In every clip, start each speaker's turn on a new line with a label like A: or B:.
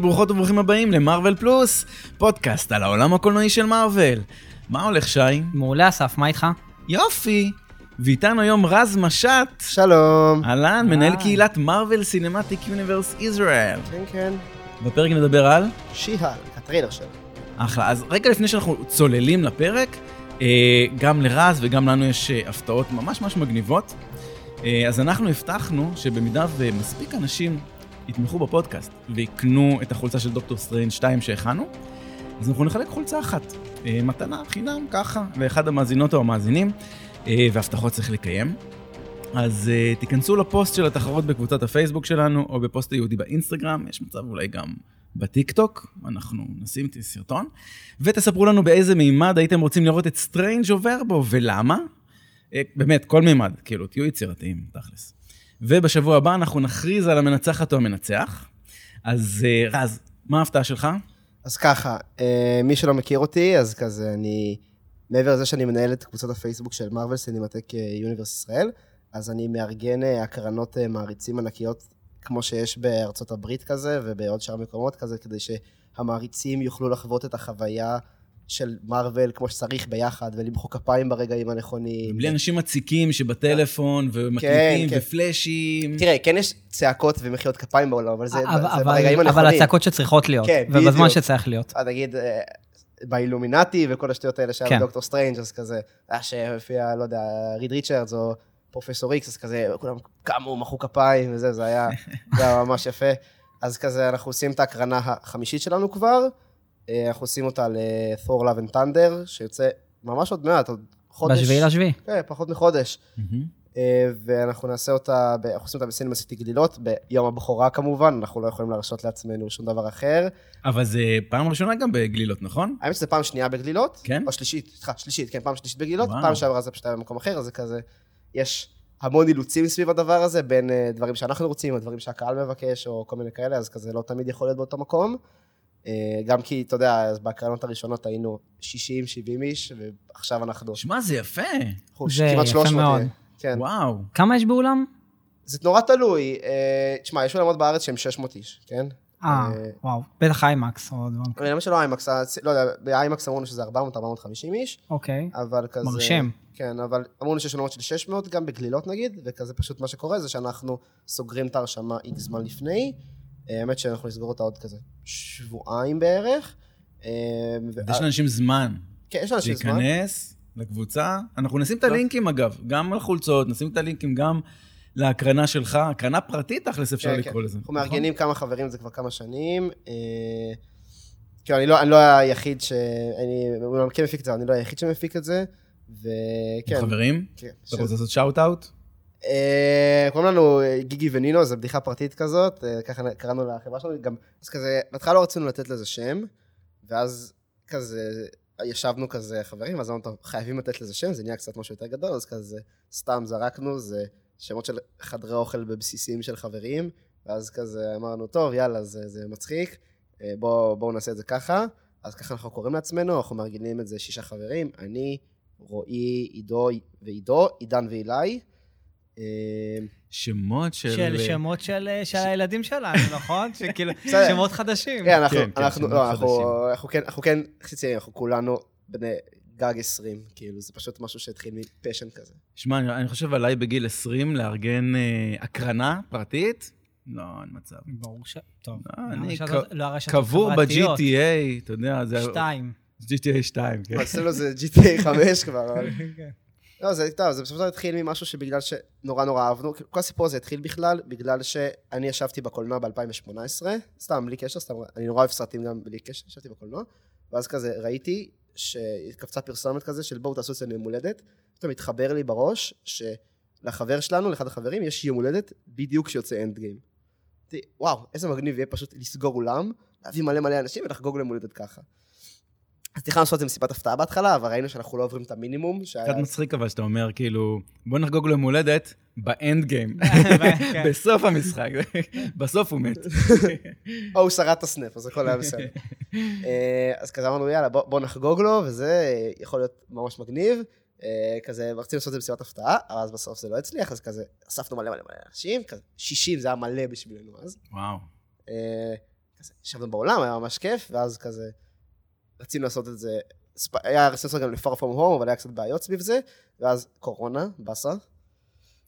A: ברוכות וברוכים הבאים למרוויל פלוס, פודקאסט על העולם הקולנועי של מארוול. מה הולך, שי?
B: מעולה, אסף, מה איתך?
A: יופי! ואיתנו היום רז משט.
C: שלום.
A: אהלן, מנהל
B: היי.
A: קהילת מארוול סינמטיק יוניברס ישראל.
C: כן, כן.
A: בפרק נדבר על...
C: שיהל, הטריילר שלו.
A: אחלה. אז רגע לפני שאנחנו צוללים לפרק, אה, גם לרז וגם לנו יש אה, הפתעות ממש ממש מגניבות. אה, אז אנחנו הבטחנו שבמידה ומספיק אנשים יתמכו בפודקאסט ויקנו את החולצה של דוקטור סטריינג 2 שהכנו, אז אנחנו נחלק חולצה אחת. אה, מתנה חינם ככה לאחד המאזינות או המאזינים, אה, והבטחות צריך לקיים. אז אה, תיכנסו לפוסט של התחרות בקבוצת הפייסבוק שלנו, או בפוסט היהודי באינסטגרם, יש מצב אולי גם בטיקטוק, אנחנו נשים את הסרטון, ותספרו לנו באיזה מימד הייתם רוצים לראות את סטריינג' עובר בו, ולמה. אה, באמת, כל מימד, כאילו, תהיו יצירתיים, תכלס. ובשבוע הבא אנחנו נכריז על המנצחת או המנצח. אז אה, רז, מה ההפתעה שלך?
C: אז ככה, אה, מי שלא מכיר אותי, אז כזה אני... מעבר לזה שאני מנהל את קבוצת הפייסבוק של מארוול סינמטק אה, יוניברס ישראל, אז אני מארגן אה, הקרנות אה, מעריצים ענקיות, כמו שיש בארצות הברית כזה, ובעוד שאר מקומות כזה, כדי שהמעריצים יוכלו לחוות את החוויה של מארוול כמו שצריך ביחד, ולמחוא כפיים ברגעים הנכונים.
A: בלי אנשים מציקים שבטלפון, ומקליטים,
C: כן.
A: ופלאשים.
C: תראה, כן יש צעקות ומחיאות כפיים בעולם, אבל זה זה
B: אה, אבל-
C: ברגעים
B: אבל-
C: הנכונים.
B: אבל הצעקות שצריכות להיות,
C: כן,
B: ובזמן
C: בדיוק.
B: שצריך להיות.
C: אה, נגיד אה, באילומינטי וכל השטויות האלה שהיה
B: כן.
C: בדוקטור סטרנג' אז כזה, היה שהופיע, לא יודע, ריד ריצ'רדס או פרופסור איקס, אז כזה, כולם קמו, מחאו כפיים וזה, זה היה, זה היה ממש יפה. אז כזה, אנחנו עושים את ההקרנה החמישית שלנו כבר, אה, אנחנו עושים אותה ל-Thor Love and Thunder, שיוצא ממש עוד מעט, עוד חודש.
B: בשביעי לשביעי.
C: כן, פחות מחודש.
A: מהמם.
C: אה, ואנחנו נעשה אותה, ב- אנחנו עושים אותה בסינמה סיטי גלילות, ביום הבכורה כמובן, אנחנו לא יכולים להרשות לעצמנו שום דבר אחר.
A: אבל זה פעם ראשונה גם בגלילות, נכון?
C: האמת שזה פעם שנייה בגלילות.
A: כן?
C: או שלישית, סליחה, שלישית, כן, פעם שלישית בגלילות.
A: וואו.
C: פעם שעברה זה פשוט היה במקום אחר, אז זה כזה... יש המון אילוצים סביב הדבר הזה, בין אה, דברים שאנחנו רוצים, או דברים שהקהל מבקש, או כל מיני כאלה, אז כזה לא תמיד יכול להיות באותו מקום. אה, גם כי, אתה יודע, אז בהקרנות הראשונות היינו 60-70 איש, ועכשיו אנחנו...
A: שמע, זה יפה.
C: אנחנו
B: זה יפה
C: כמעט 300, אה,
B: מאוד.
C: כן.
A: וואו.
B: כמה יש באולם?
C: זה נורא תלוי. אה, תשמע, יש עולמות בארץ שהם 600 איש, כן?
B: אה,
C: אה,
B: וואו, בטח איימקס או דברים.
C: אבל למה שלא איימקס, לא יודע, באיימקס אמרנו שזה 400-450 איש,
B: אוקיי,
C: אבל כזה...
B: מרשים.
C: כן, אבל אמרנו שיש עולמות של 600 גם בגלילות נגיד, וכזה פשוט מה שקורה זה שאנחנו סוגרים את ההרשמה איקס זמן לפני. אה, האמת שאנחנו נסגור אותה עוד כזה שבועיים בערך. אה, ואז-
A: יש לאנשים זמן
C: כן, יש לאנשים זמן.
A: להיכנס לקבוצה. אנחנו נשים
C: לא.
A: את הלינקים אגב, גם לחולצות, נשים את הלינקים גם להקרנה שלך, הקרנה פרטית תכלס אפשר
C: כן,
A: לקרוא לזה. נכון?
C: אנחנו מארגנים כמה חברים זה כבר כמה שנים. אה, כאילו, אני לא- אני לא היחיד ש... אני אומנם כן מפיק את זה, אבל אני לא היחיד שמפיק את זה. וכן.
A: חברים,
C: כן,
A: אתה
C: שזה-
A: רוצה לעשות שאוט אאוט?
C: אה, קוראים לנו אה, גיגי ונינו, זו בדיחה פרטית כזאת, אה, ככה קראנו לחברה שלנו, גם, אז כזה, בהתחלה לא רצינו לתת לזה שם, ואז כזה, ישבנו כזה חברים, אז אמרנו, "טוב, חייבים לתת לזה שם, זה נהיה קצת משהו יותר גדול, אז כזה, סתם זרקנו, זה שמות של חדרי אוכל בבסיסים של חברים, ואז כזה אמרנו, טוב, יאללה, זה, זה מצחיק, אה, בואו בוא נעשה את זה ככה, אז ככה אנחנו קוראים לעצמנו, אנחנו מארגנים את זה שישה חברים, אני, רועי, עידו ועידו, עידן ואילי, אה,
A: שמות של...
B: של שמות של אה, של הילדים שלנו, נכון? שכאילו,
C: בסדר.
B: שמות חדשים.
C: כן, אנחנו,
A: כן, כן,
C: אנחנו,
A: שמות
C: לא, אנחנו,
A: חדשים.
C: אנחנו כן, אנחנו כן, חצי צעירים, אנחנו כולנו בני גג 20, כאילו, זה פשוט משהו שהתחיל מפשן כזה.
A: שמע, אני אני חושב עליי בגיל 20 לארגן אה, הקרנה פרטית. לא, אין מצב.
B: ברור ש... טוב.
A: לא, אני
B: הרשתות-
A: ק-
B: לא, הרשתות
A: קבור
B: החברתיות.
A: ב-GTA, אתה יודע, זה...
B: שתיים.
A: GTA 2, כן.
C: אבל אצלנו זה GTA 5 כבר, אבל... לא, זה, טוב, זה בסופו של דבר התחיל ממשהו שבגלל שנורא נורא אהבנו, כאילו, כל הסיפור הזה התחיל בכלל, בגלל שאני ישבתי בקולנוע ב-2018, סתם, בלי קשר, סתם, אני נורא אוהב סרטים גם בלי קשר, ישבתי בקולנוע, ואז כזה ראיתי שקפצה פרסומת כזה של בואו תעשו אצלנו יום הולדת, פתאום התחבר לי בראש שלחבר שלנו, לאחד החברים, יש יום הולדת בדיוק כשיוצא אנד גיים. אמרתי, וואו, איזה מגניב יהיה פשוט לסגור אולם, להביא מלא מלא אנשים ולחגוג להם הולדת ככה. אז תכננו לעשות את זה מסיבת הפתעה בהתחלה, אבל ראינו שאנחנו לא עוברים את המינימום. שהיה-
A: קצת מצחיק אבל שאתה אומר, כאילו, בוא נחגוג לו יום הולדת באנד גיים.
B: כן.
A: בסוף המשחק, בסוף הוא מת.
C: או הוא שרד את הסנאפ, אז הכל היה בסדר. אה, אז כזה אמרנו, יאללה, בוא, בוא נחגוג לו, וזה אה, יכול להיות ממש מגניב. אה, כזה, רצינו לעשות את זה מסיבת הפתעה, אבל אז בסוף זה לא הצליח, אז כזה, אספנו מלא מלא מלא אנשים, כזה, 60 זה היה מלא בשבילנו אז.
A: וואו.
C: אה, כזה, ישבנו בעולם, היה ממש כיף, ואז כזה, רצינו לעשות את זה, ספ- היה רצינו לעשות גם ל-far from home, אבל היה קצת בעיות סביב זה, ואז קורונה, באסה, אה,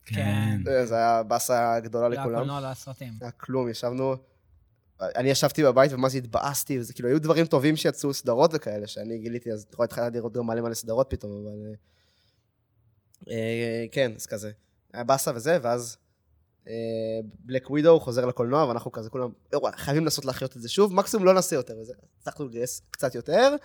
B: כן.
C: זה היה באסה גדולה
B: לא,
C: לכולם.
B: לקולנוע לסרטים.
A: אוקיי,
C: היה כלום, ישבנו, אני ישבתי בבית ומה זה התבאסתי, וזה כאילו, היו דברים טובים שיצאו, סדרות וכאלה, שאני גיליתי, אז אתה רואה, התחלתי לראות גם מלא מלא סדרות פתאום, אבל... אה, אה, כן, אז כזה. היה באסה וזה, ואז בלק ווידו חוזר לקולנוע, ואנחנו כזה כולם, "אה, וואלה, חייבים לנסות להחיות את זה שוב, מקסימום לא נעשה יותר, וזה, הצלחנו לגייס קצת יותר,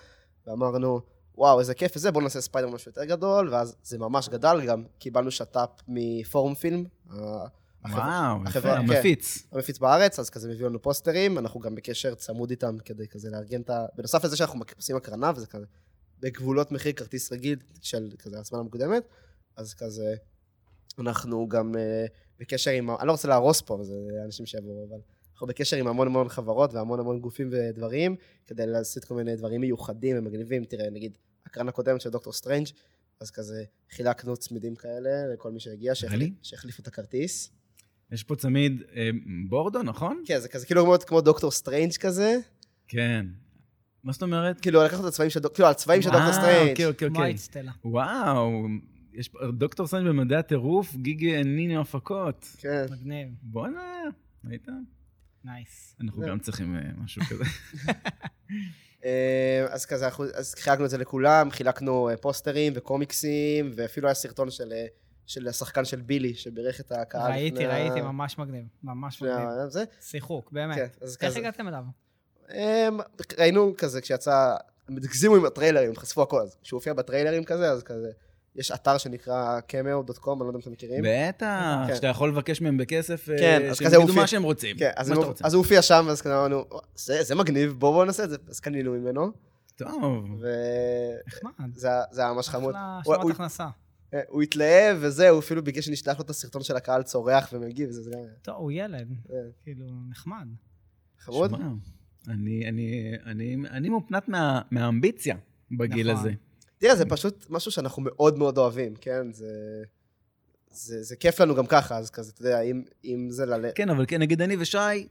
C: ואמרנו, וואו, איזה כיף וזה, בואו נעשה ספיידר משהו יותר גדול, ואז זה ממש גדל, גם קיבלנו שת"פ מפורום פילם, ה-
A: וואו, יפה,
C: החברה- כן.
A: המפיץ.
C: המפיץ בארץ, אז כזה מביאו לנו פוסטרים, אנחנו גם בקשר צמוד איתם כדי כזה לארגן את ה... בנוסף לזה שאנחנו מק- עושים הקרנה, וזה כזה בגבולות מחיר כרטיס רגיל של כזה הזמן המוקדמת, אז כזה אנחנו גם אה, בקשר עם... ה- אני לא רוצה להרוס פה, זה אנשים שיבואו, אבל אנחנו בקשר עם המון המון חברות והמון המון גופים ודברים, כדי לעשות כל מיני דברים מיוחדים ומגניבים. תראה, נגיד, הקרנה קודמת של דוקטור סטרנג', אז כזה חילקנו צמידים כאלה לכל מי שהגיע,
A: really?
C: שהחליף- שהחליפו את הכרטיס.
A: יש פה צמיד אה, בורדו, נכון?
C: כן, זה כזה כאילו מאוד כמו דוקטור סטרנג' כזה.
A: כן. מה זאת אומרת?
C: כאילו, לקחת את הצבעים של דוקטור, כאילו, הצבעים של דוקטור
A: אה,
C: סטרנג'.
A: אוקיי, אוקיי,
B: כמו
A: אוקיי.
B: היית סטלה.
A: וואו, יש פה דוקטור סנג' במדעי הטירוף, גיגי נינו הפקות.
B: אוקיי.
C: כן.
B: מגניב,
A: בואנה, ראית?
B: נייס.
A: אנחנו
C: זה-
A: גם צריכים אה, משהו כזה.
C: אה, אז כזה, אנחנו- אז חילקנו את זה לכולם, חילקנו אה, פוסטרים וקומיקסים, ואפילו היה סרטון של, אה, של השחקן של בילי, שבירך את הקהל.
B: ראיתי,
C: לפני ה-
B: ראיתי, ממש מגניב. ממש
C: לפני
B: מגניב.
C: ה- זה.
B: שיחוק, באמת.
C: כן, אז
B: איך
C: כזה.
B: הגעתם אליו?
C: הם, ראינו כזה כשיצא, הם הגזימו עם הטריילרים, חשפו הכל, אז כשהוא הופיע בטריילרים כזה, אז כזה, יש אתר שנקרא cameo.com, אני לא יודע אם אתם מכירים.
A: בטח,
C: כן.
A: שאתה יכול לבקש מהם בכסף, אה,
C: כן, אז
A: שהם
C: כזה הוא
A: יגידו
C: מופיע.
A: מה שהם רוצים.
C: כן,
A: מה
C: אז,
A: שאתה
C: הם,
A: רוצה.
C: אז הוא הופיע שם, אז כזה אמרנו, "או, זה, זה מגניב, בואו בוא נעשה את זה. אז קנינו ממנו,
A: טוב.
C: וזה
B: נחמד.
C: זה היה ממש חמוד.
B: אחלה
C: הוא- הוא-
B: השלמת הכנסה.
C: אה, הוא התלהב וזהו, אפילו בגלל שנשלח לו את הסרטון של הקהל צורח ומגיב, זה זה גם
B: טוב, הוא ילד.
C: אה,
B: כאילו, נחמד.
C: חמוד.
A: שמע, אני- אני- אני- אני מופנת מה- מהאמביציה בגיל
B: נכון.
A: הזה.
C: תראה, זה פשוט משהו שאנחנו מאוד מאוד אוהבים, כן? זה... זה, זה כיף לנו גם ככה, אז כזה, אתה יודע, אם, אם זה ללכת...
A: כן, אבל כן, נגיד אני ושי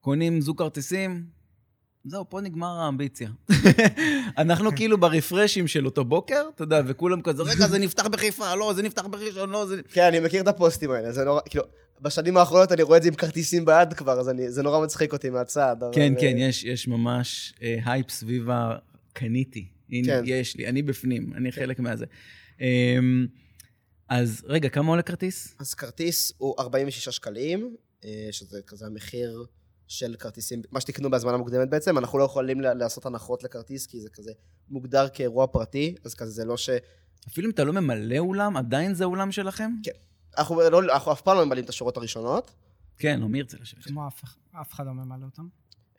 A: קונים זוג כרטיסים, זהו, פה נגמר האמביציה. אנחנו כאילו ברפרשים של אותו בוקר, אתה יודע, וכולם כזה, רגע, זה נפתח בחיפה, לא, זה נפתח בראשון, לא, זה...
C: כן, אני מכיר את הפוסטים האלה, זה נורא, כאילו, בשנים האחרונות אני רואה את זה עם כרטיסים ביד כבר, אז אני, זה נורא מצחיק אותי מהצד. אבל,
A: כן,
C: אה,
A: כן, יש, יש ממש אה, הייפ סביב ה... קניתי. הנה,
C: כן.
A: יש לי, אני בפנים, אני חלק מהזה. אמ, אז רגע, כמה עולה כרטיס?
C: אז כרטיס הוא 46 שקלים, אה, שזה כזה המחיר של כרטיסים, מה שתקנו בהזמנה מוקדמת בעצם, אנחנו לא יכולים לה- לעשות הנחות לכרטיס, כי זה כזה מוגדר כאירוע פרטי, אז כזה זה לא ש...
A: אפילו אם אתה לא ממלא אולם, עדיין זה אולם שלכם?
C: כן. אנחנו, לא, אנחנו אף פעם לא ממלאים את השורות הראשונות,
A: כן, עמיר צריך לשבת.
B: כמו אף אח- אף אחד לא ממלא אותם.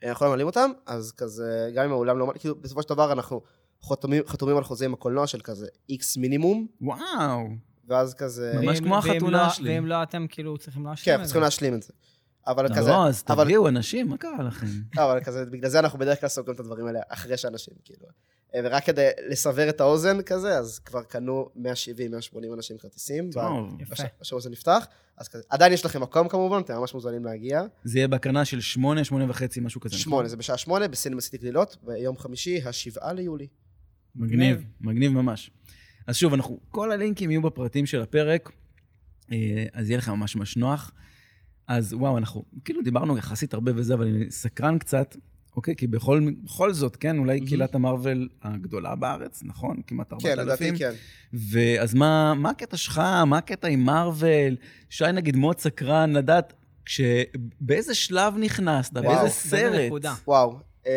C: אה, אנחנו לא ממלאים אותם, אז כזה, גם אם האולם לא... מלא, כאילו, בסופו של דבר אנחנו חתומים, חתומים על חוזה עם הקולנוע של כזה איקס מינימום,
A: וואו.
C: ואז כזה...
A: ממש
B: אה, ואם-
A: כמו
B: ואם
A: החתונה
B: לא-
A: שלי.
B: ואם לא, אתם כאילו צריכים
C: כן,
B: להשלים
C: אנחנו
B: את
C: צריכים
B: זה.
C: להשלים את זה. אבל כזה...
A: לא, אז
C: אבל-
A: תביאו, אנשים, מה קרה לכם?
C: לא, אבל כזה, בגלל זה אנחנו בדרך כלל סוגרים את הדברים האלה אחרי שאנשים, כאילו. אה, ורק כדי לסבר את האוזן כזה, אז כבר קנו 170-180 אנשים כרטיסים.
A: טוב.
B: יפה.
C: השבוע זה נפתח, אז כזה, עדיין יש לכם מקום כמובן, אתם ממש מוזמנים להגיע.
A: זה יהיה בהקרנה של שמונה, שמונה וחצי, משהו כזה. נכון?
C: שמונה, זה בשעה שמונה, בסינמה סיטי גלילות, ביום חמישי, השבעה ליולי.
A: מגניב, מגניב ממש. אז שוב, אנחנו, כל הלינקים יהיו בפרטים של הפרק, אה, אז יהיה לך ממש ממש נוח. אז וואו, אנחנו כאילו דיברנו יחסית הרבה וזה, אבל אני סקרן קצת, אוקיי? כי בכל, בכל זאת, כן, אולי
C: מהמם.
A: קהילת המרוויל הגדולה בארץ, נכון? כמעט
C: כן,
A: 4,000.
C: לדעתי כן.
A: ואז מה, מה הקטע שלך? מה הקטע עם מארוול? שי נגיד מאוד סקרן לדעת כש... באיזה שלב נכנסת,
B: וואו.
A: באיזה
C: באיזה
A: סרט.
B: נקודה.
C: וואו. אמ,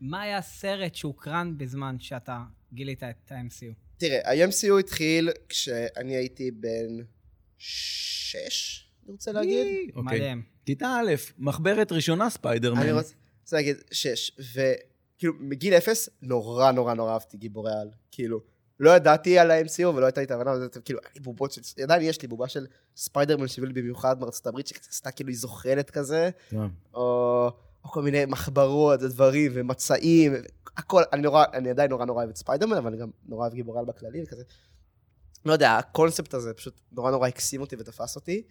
B: מה היה הסרט שהוקרן בזמן שאתה גילית את ה-MCU?
C: תראה, ה-MCU התחיל כשאני הייתי בן שש, אני רוצה להגיד.
A: יאי, אוקיי.
B: מדהים.
A: כיתה א', מחברת ראשונה ספיידרמן.
C: אני רוצה רוצה להגיד, שש, וכאילו, מגיל אפס, נורא נורא נורא אהבתי גיבורי על. כאילו, לא ידעתי על ה-MCU ולא הייתה לי את ההבנה, אבל זה- כאילו, היה לי בובות של, עדיין יש לי בובה של ספיידרמן שהביאו לי במיוחד מארצות הברית, שעשתה כאילו היא זוחלת כזה,
A: טוב.
C: או, או כל מיני מחברות ודברים ומצעים, הכל, אני נורא, אני עדיין נורא נורא אוהב את ספיידרמן, אבל אני גם נורא אוהב גיבורי על בכללי וכזה. לא יודע, הקונספט הזה פשוט נורא נורא הקסים אותי ותפס אותי,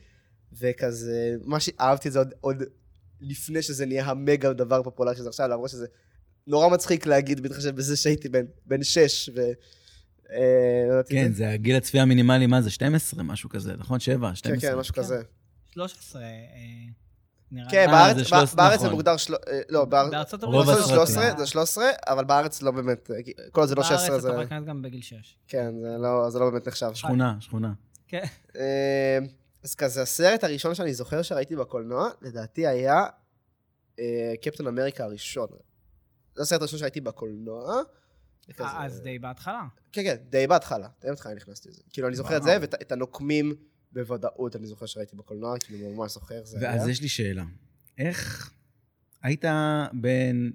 C: וכזה, מה שאהבתי את זה עוד, עוד לפני שזה נהיה המגה דבר פופולרי שזה עכשיו, למרות שזה נורא מצחיק להגיד, בהתחשב בזה שהייתי בן, בן שש, ו... אה, לא ידעתי את
A: כן, זה הגיל הצפייה המינימלי, מה זה? 12, משהו כזה, נכון? 7,
C: כן,
A: 12.
C: כן, משהו כזה.
B: 13, אה, נראה לי.
C: כן,
A: אה,
C: בארץ-
A: זה
C: בא-
A: 13,
C: בארץ זה
A: נכון.
C: מוגדר, של- אה, לא, באר-
B: בארצות
A: רוב
B: הברית
C: בארץ זה
A: הסרטים.
C: 13, זה 13, אבל בארץ לא באמת, אה, כי- כל עוד זה לא 16,
B: בארץ
C: זה...
B: אתה יכול להיכנס גם בגיל 6.
C: כן, זה לא- זה לא באמת נחשב.
A: שכונה, שכונה.
B: כן.
C: אה, אז כזה, הסרט הראשון שאני זוכר שראיתי בקולנוע, לדעתי היה אה, קפטן אמריקה הראשון. זה הסרט הראשון שראיתי בקולנוע. וכזה-
B: אה, אז די בהתחלה.
C: כן, כן, די בהתחלה. די בהתחלה נכנסתי לזה. כאילו, אני זוכר את זה,
A: וואו.
C: ואת את הנוקמים בוודאות אני זוכר שראיתי בקולנוע, כאילו, ממש זוכר. זה
A: ואז
C: היה.
A: יש לי שאלה. איך היית בין...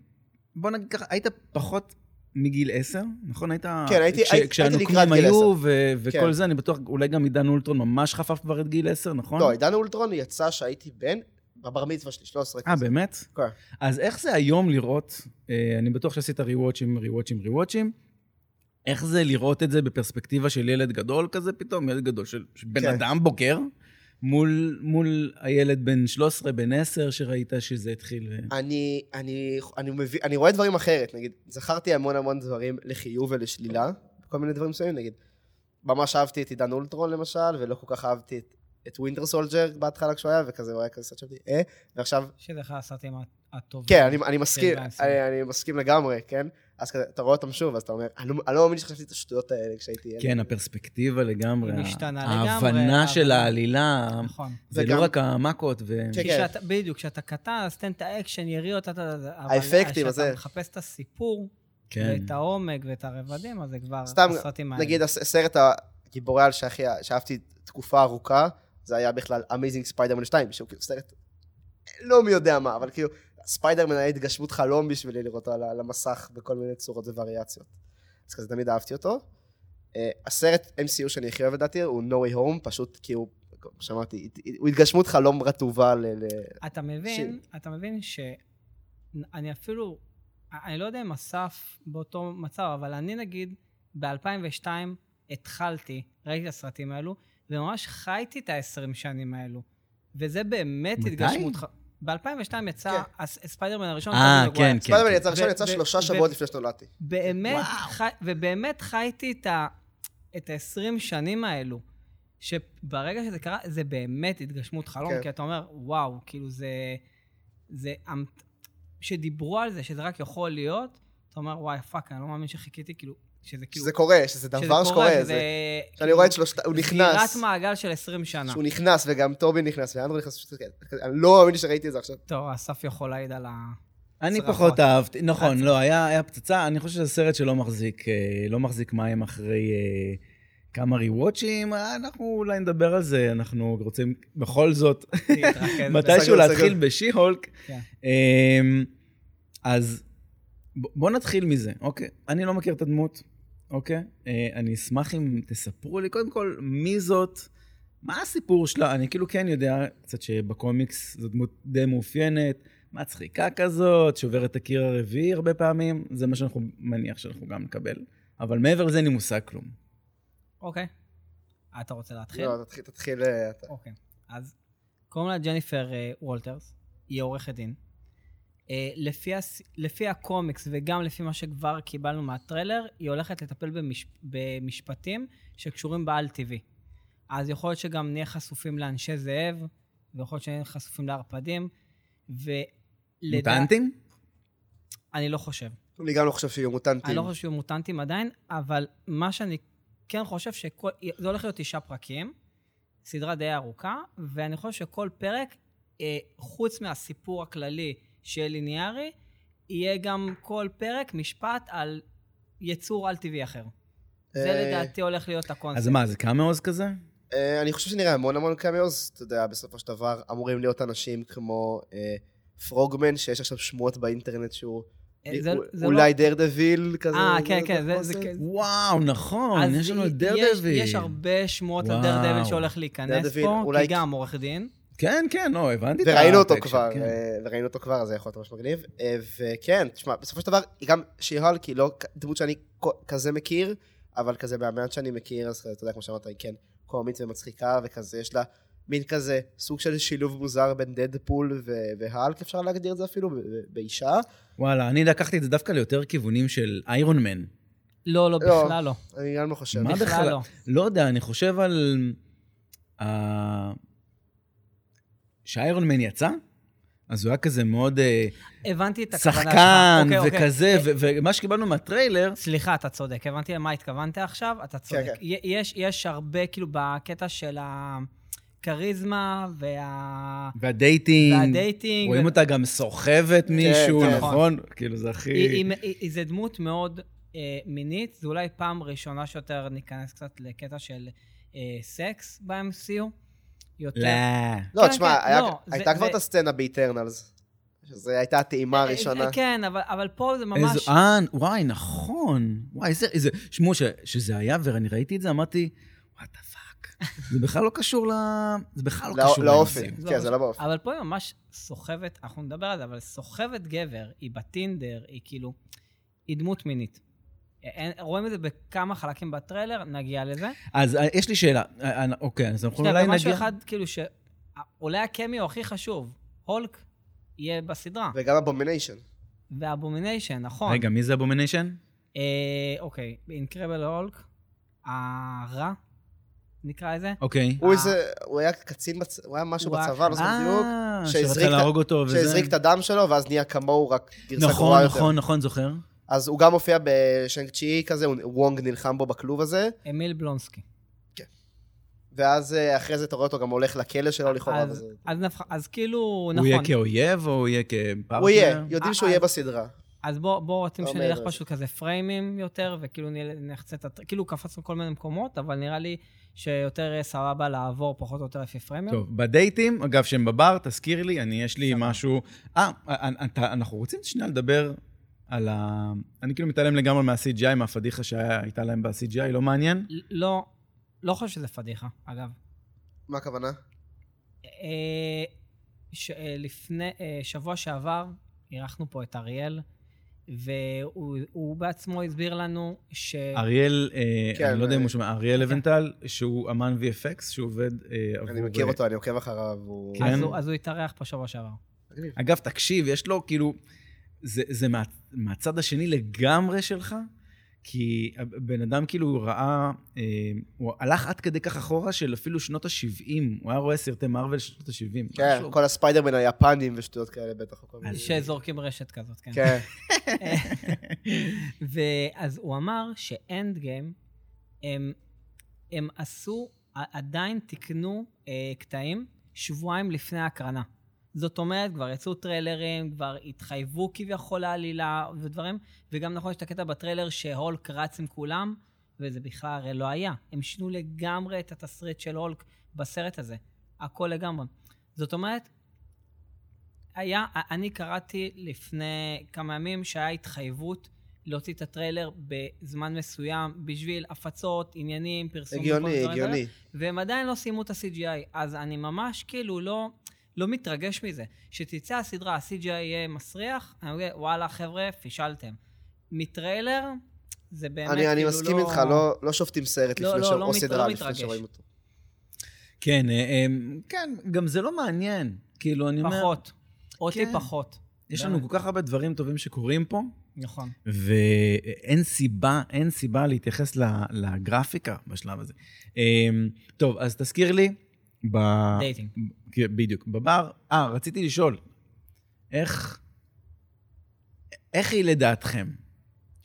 A: בוא נגיד ככה, היית פחות מגיל 10, נכון? היית...
C: כן, הייתי-
A: כש-
C: הייתי- הייתי לקראת
A: כשהנוקמים
C: גיל
A: היו ו-
C: כן.
A: וכל זה, אני בטוח, אולי גם עידן אולטרון ממש חפף כבר את גיל 10, נכון?
C: לא, עידן אולטרון יצא שהייתי בן, בבר מצווה שלי, 13.
A: אה,
C: כזה.
A: באמת?
C: כן.
A: אז איך זה היום לראות, אה, אני בטוח שעשית ריוואצ'ים, ריוואצ'ים, ריוואצ'ים, איך זה לראות את זה בפרספקטיבה של ילד גדול כזה פתאום, ילד גדול של של בן
C: כן.
A: אדם בוגר, מול, מול הילד בן 13, בן 10, שראית שזה התחיל... אה,
C: אני, אני, אני, מביא, אני רואה דברים אחרת, נגיד, זכרתי המון המון דברים לחיוב ולשלילה, כל מיני דברים מסוימים, נגיד, ממש אהבתי את עידן אולטרון למשל, ולא כל כך אהבתי את, את ווינטר סולג'ר בהתחלה כשהוא היה, וכזה, הוא היה כזה קצת שבתי, אה, ועכשיו,
B: שזה אחד הסרטים הטובים.
C: כן, אני, אני מסכים,
B: של גייסון.
C: אני, אני מסכים לגמרי, כן? אז כזה, אתה רואה אותם שוב, אז אתה אומר, אני, לא- אני לא מאמין שחשבתי את השטויות האלה כשהייתי ילד.
A: כן, הפרספקטיבה לגמרי.
B: היא משתנה לגמרי,
A: ההבנה
B: אבל-
A: של העלילה,
B: נכון.
A: זה
C: וגם-
A: לא רק המכות ו...
C: כן,
B: כשאתה- בדיוק, כשאתה קטן, אז תן את האקשן, יריות, אתה- אתה- אבל
C: האפקטים,
B: כשאתה
C: זה.
B: מחפש את הסיפור,
A: כן.
B: ואת העומק, ואת הרבדים, אז זה כבר
C: סתם,
B: הסרטים האלה.
C: נגיד, הס- הסרט הגיבורי על שהכי, שאהבתי תקופה ארוכה, זה היה בכלל Amazing Spider-Man 2, שהוא כאילו סרט לא מי יודע מה, אבל כאילו, ספיידרמן היה התגשמות חלום בשבילי לראות על על המסך בכל מיני צורות ווריאציות. אז כזה תמיד אהבתי אותו. אה, הסרט MCU שאני הכי אוהב לדעתי הוא No Way Home, פשוט כי הוא, כמו שאמרתי, הוא התגשמות חלום רטובה ל... ל-
B: אתה מבין, אתה מבין שאני אפילו, אני לא יודע אם אסף באותו מצב, אבל אני נגיד, ב-2002 התחלתי, ראיתי את הסרטים האלו, וממש חייתי את ה-20 שנים האלו. וזה באמת
A: מתי?
B: התגשמות. ב-2002 יצא
C: כן.
B: הס- ספיידרמן הראשון.
A: אה,
B: טובי מגווייר.
A: כן, כן.
C: ספיידרמן יצא ראשון,
B: ו-
C: יצא
B: ו-
C: שלושה
B: ו-
C: שבועות לפני שנולדתי.
B: באמת,
A: וואו.
B: חי, ובאמת חייתי את, ה, את ה-20 שנים האלו, שברגע שזה קרה, זה באמת התגשמות חלום,
C: כן.
B: כן. כי אתה אומר, וואו, כאילו זה... זה... המת- שדיברו על זה, שזה רק יכול להיות, אתה אומר, וואי, פאק, אני לא מאמין שחיכיתי, כאילו, שזה כאילו...
C: שזה קורה, שזה דבר שקורה. זה- שאני רואה את שלושת... הוא נכנס.
B: סגירת מעגל של 20 שנה.
C: שהוא נכנס, וגם טובי נכנס, ואנדרו נכנס, פשוט כזה, אני לא מאמין שראיתי את זה עכשיו.
B: טוב, אסף יכול להעיד על ה...
A: אני
B: סרט
A: פחות
B: אחר.
A: אהבתי, נכון, לא, היה היה פצצה, אני חושב שזה סרט שלא מחזיק, אה, לא מחזיק מים אחרי אה, כמה ריוואצ'ים, אה, אנחנו אולי נדבר על זה, אנחנו רוצים בכל זאת
B: להתרכז
A: מתישהו
C: סגור,
A: להתחיל
C: סגור.
A: בשי-הולק.
B: כן.
A: אמ, אז ב- בוא נתחיל מזה, אוקיי? אני לא מכיר את הדמות, אוקיי? אה, אני אשמח אם תספרו לי, קודם כל, מי זאת, מה הסיפור שלה? אני כאילו כן יודע קצת שבקומיקס זו דמות די מאופיינת, מצחיקה כזאת, שוברת את הקיר הרביעי הרבה פעמים, זה מה שאנחנו מניח שאנחנו גם נקבל. אבל מעבר לזה אין לי מושג כלום.
B: אוקיי. אתה רוצה להתחיל?
C: לא, תתחיל, תתחיל, אה, אתה-
B: אוקיי. אז קוראים לה ג'ניפר אה, וולטרס, היא עורכת דין. אה, לפי, הס... לפי הקומיקס וגם לפי מה שכבר קיבלנו מהטריילר, היא הולכת לטפל במש... במשפטים שקשורים בעל-טבעי. אז יכול להיות שגם נהיה חשופים לאנשי זאב, ויכול להיות שנהיה חשופים לערפדים, ולדע...
A: מוטנטים?
B: אני לא חושב.
C: אני גם לא חושב שיהיו מוטנטים.
B: אני
A: כן.
B: לא חושב שיהיו מוטנטים עדיין, אבל מה שאני כן חושב, שכל... זה הולך להיות תשעה פרקים, סדרה די ארוכה, ואני חושב שכל פרק, אה, חוץ מהסיפור הכללי שיהיה ליניארי, יהיה גם כל פרק משפט על יצור על-טבעי אחר. זה
C: אה,
B: לדעתי הולך להיות הקונספט.
A: אז מה, זה קאמאוז כזה?
C: אה, אני חושב שנראה המון המון קמיוז, אתה יודע, בסופו של דבר אמורים להיות אנשים כמו אה, פרוגמן, שיש עכשיו שמועות באינטרנט שהוא
B: אה,
C: אה,
B: זה-
C: הוא-
B: זה לא-
C: אולי דרדוויל כזה.
B: אה,
C: הוא-
B: כן, כן, זה-
C: הוא-
B: זה-
C: הוא-
A: וואו, נכון,
B: אז
A: יש לנו
B: יש-
A: את דרדביל.
B: יש הרבה שמועות על
A: וואו.
B: דרדביל שהולך להיכנס
C: דרדביל,
B: פה,
C: אולי-
B: כי גם עורך דין.
A: כן, כן, לא, הבנתי את
C: וראינו אותו
A: הטקסט,
C: כבר,
A: כן.
C: אה, וראינו אותו כבר, אז זה יכול להיות ממש מגניב. אה, וכן, תשמע, בסופו של דבר, היא גם שיהולק היא לא כ- דמות שאני כ- כזה מכיר, אבל כזה מהמעט שאני מכיר, אז כזה, אתה יודע, כמו שאמרת, היא כן קומית ומצחיקה, וכזה יש לה מין כזה סוג של שילוב מוזר בין דדפול ו- והלק, אפשר להגדיר את זה אפילו, ב- ב- באישה.
A: וואלה, אני לקחתי את זה דווקא ליותר כיוונים של איירון מן.
B: לא, לא,
C: לא.
B: בכלל לא.
C: אני גם לא חושב.
A: מה
B: בכלל
A: בכלל?
B: לא.
A: לא יודע, אני חושב על... ה- שאיירון מן יצא, אז הוא היה כזה מאוד אה,
B: הבנתי את הכוונה שלך.
A: שחקן
B: אוקיי, אוקיי.
A: וכזה, ו- ומה שקיבלנו מהטריילר,
B: סליחה, אתה צודק. הבנתי למה התכוונת עכשיו, אתה צודק.
C: כן.
B: י- יש- יש הרבה, כאילו, בקטע של הכריזמה וה...
A: והדייטינג,
B: והדייטינג.
A: רואים
B: ו-
A: אותה גם סוחבת מישהו,
C: כן.
A: נכון? כאילו, זה
B: היא-
A: הכי...
B: היא- היא- היא- זה דמות מאוד אה, מינית, זו אולי פעם ראשונה שיותר ניכנס קצת לקטע של אה, סקס ב-MCU. יותר...
A: לא.
C: לא,
B: כן,
C: תשמע,
B: כן,
C: היה-
B: לא,
C: הייתה
B: זה-
C: כבר
B: זה-
C: את הסצנה באיטרנלס. שזו הייתה הטעימה הראשונה.
B: אה, כן, אבל- אבל פה זה ממש...
A: איזו... אה, וואי, נכון. וואי, איזה... איזה... שמעו, ש- שזה היה, ואני ראיתי את זה, אמרתי, וואט דה פאק. זה בכלל לא קשור ל... זה בכלל לא
C: לא-
A: קשור
C: לאופי.
A: ל-MCU.
C: כן, זה לא באופי.
B: אבל פה היא ממש סוחבת, אנחנו נדבר על זה, אבל סוחבת גבר, היא בטינדר, היא כאילו, היא דמות מינית. אין, רואים את זה בכמה חלקים בטריילר, נגיע לזה.
A: אז אה, יש לי שאלה. אה, אה, אוקיי, אז אנחנו
B: שנייה,
A: אולי
B: ומשהו
A: נגיע...
B: אחד, כאילו, שאולי הקמיו הכי חשוב, הולק, יהיה בסדרה.
C: וגם הבומיניישן.
B: ואבומיניישן, נכון.
A: רגע, מי זה הבומיניישן?
B: אה, אוקיי, אינקרבל הולק, הרע, נקרא לזה.
A: אוקיי.
C: הוא
B: אה.
C: איזה, הוא היה קצין, בצ- הוא היה משהו
B: הוא היה-
C: בצבא, לא זוכר בדיוק.
A: אה,
C: שהזריק
A: שרצה
C: את-
A: להרוג אותו וזה.
C: שהזריק את הדם שלו, ואז נהיה כמוהו, רק גרסה גרועה
A: נכון,
C: יותר.
A: נכון, נכון, זוכר.
C: אז הוא גם הופיע בשנק צ'י כזה, הוא- וונג נלחם בו בכלוב הזה,
B: אמיל בלונסקי.
C: ואז אה, אחרי זה אתה רואה אותו גם הולך לכלא שלו לכאורה.
B: אז-
C: וזה-
B: אז נפח- אז כאילו,
A: הוא
B: נכון.
A: יהיה כאויב או הוא יהיה כפרטנר?
C: הוא יהיה, יודעים
B: אה,
C: שהוא יהיה
B: אז-
C: בסדרה.
B: אז בואו בוא, רוצים
C: לא
B: שנלך
C: מעבר.
B: פשוט כזה פריימים יותר, וכאילו נל- נחצה את הטר... כאילו קפצנו כל מיני מקומות, אבל נראה לי שיותר אה, סבבה לעבור פחות או יותר לפי פריימים.
A: טוב, בדייטים, אגב, שהם בבר, תזכיר לי, אני, יש לי
B: לא. סבבה.
A: משהו... אה, אנ- אתה- אנחנו רוצים שנייה לדבר על ה... אני כאילו מתעלם לגמרי מה-CGI, מהפדיחה שהייתה להם ב-CGI, לא מעניין?
B: ל- לא, לא חושב שזה פדיחה, אגב.
C: מה הכוונה?
B: אה, ש... אה, לפני, אה, שבוע שעבר, אירחנו פה את אריאל, והוא הוא בעצמו הסביר לנו ש...
A: אריאל, אה,
C: כן,
A: אני לא יודע אם
C: אני-
A: הוא שומע, אריאל לבנטל, שהוא אמן VFX, שהוא עובד אה, עבור...
C: אני מכיר
A: אה,
C: אותו, אני עוקב אחריו, הוא...
A: כן.
B: אז, הוא, אז הוא התארח פה שבוע שעבר.
C: מגניב.
A: אגב, תקשיב, יש לו כאילו... זה, זה מה, מהצד השני לגמרי שלך, כי הבן אדם כאילו ראה, אה, הוא הלך עד כדי כך אחורה של אפילו שנות ה-70, הוא היה רואה סרטי מארוול של שנות ה-70.
C: כן, כל הספיידרמן היפנים ושטויות כאלה בטח. או כל מיני-
B: שזורקים רשת כזאת, כן.
C: כן,
B: ואז הוא אמר שאנד גיים, הם, הם עשו, ע- עדיין תיקנו אה, קטעים שבועיים לפני ההקרנה. זאת אומרת, כבר יצאו טריילרים, כבר התחייבו כביכול לעלילה ודברים, וגם נכון, יש את הקטע בטריילר שהולק רץ עם כולם, וזה בכלל הרי לא היה. הם שינו לגמרי את התסריט של הולק בסרט הזה. הכל לגמרי. זאת אומרת, היה, אני קראתי לפני כמה ימים שהיה התחייבות להוציא את הטריילר בזמן מסוים בשביל הפצות, עניינים, פרסומים. כל
C: הגיוני,
B: הדברים האלה.
C: הגיוני.
B: והם עדיין לא סיימו את ה-CGI, אז אני ממש כאילו לא, לא מתרגש מזה. שתצא הסדרה, ה-CGI יהיה מסריח, אני אומר, וואלה, חבר'ה, פישלתם. מטריילר, זה באמת
C: אני אני
B: כאילו
C: מסכים
B: לא...
C: איתך, לא- לא שופטים סרט
B: לא,
C: לפני
B: לא,
C: ש-
B: לא
C: או
B: מת-
C: סדרה
B: לא
C: לפני
B: מתרגש.
C: שרואים אותו.
A: כן, אה, אה, כן, גם זה לא מעניין. כאילו, אני אומר,
B: פחות. אותי
A: כן.
B: פחות.
A: יש לנו כל כך הרבה דברים טובים שקורים פה,
B: נכון.
A: ואין סיבה, אין סיבה להתייחס ל- לגרפיקה בשלב הזה. אה, טוב, אז תזכיר לי, ב...
B: דייטינג.
A: כן, בדיוק, בבר. אה, רציתי לשאול, איך, איך היא לדעתכם?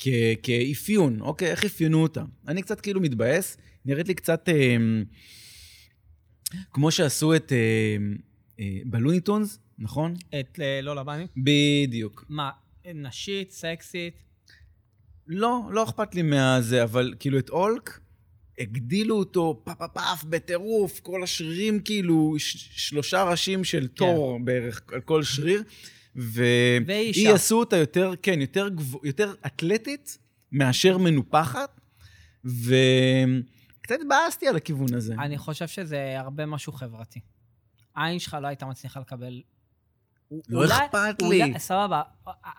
A: כ, כאפיון, אוקיי, איך אפיינו אותה? אני קצת כאילו מתבאס, נראית לי קצת אה, כמו שעשו את אה, אה, בלוניטונס, נכון?
B: את אה, לא לבנים?
A: בדיוק.
B: מה, נשית, סקסית?
A: לא, לא אכפת לי מהזה, אבל כאילו את אולק, הגדילו אותו פאפה פאף בטירוף, כל השרירים כאילו, ש- שלושה ראשים
B: כן.
A: של תור בערך על כל שריר,
B: והיא
A: והיא
B: אישה.
A: עשו אותה יותר, כן, יותר, גב... יותר אתלטית מאשר מנופחת, וקצת התבאסתי על הכיוון הזה.
B: אני חושב שזה הרבה משהו חברתי. העין שלך לא הייתה מצליחה לקבל...
A: לא
B: אולי-
A: אכפת
B: אולי-
A: לי.
B: סבבה,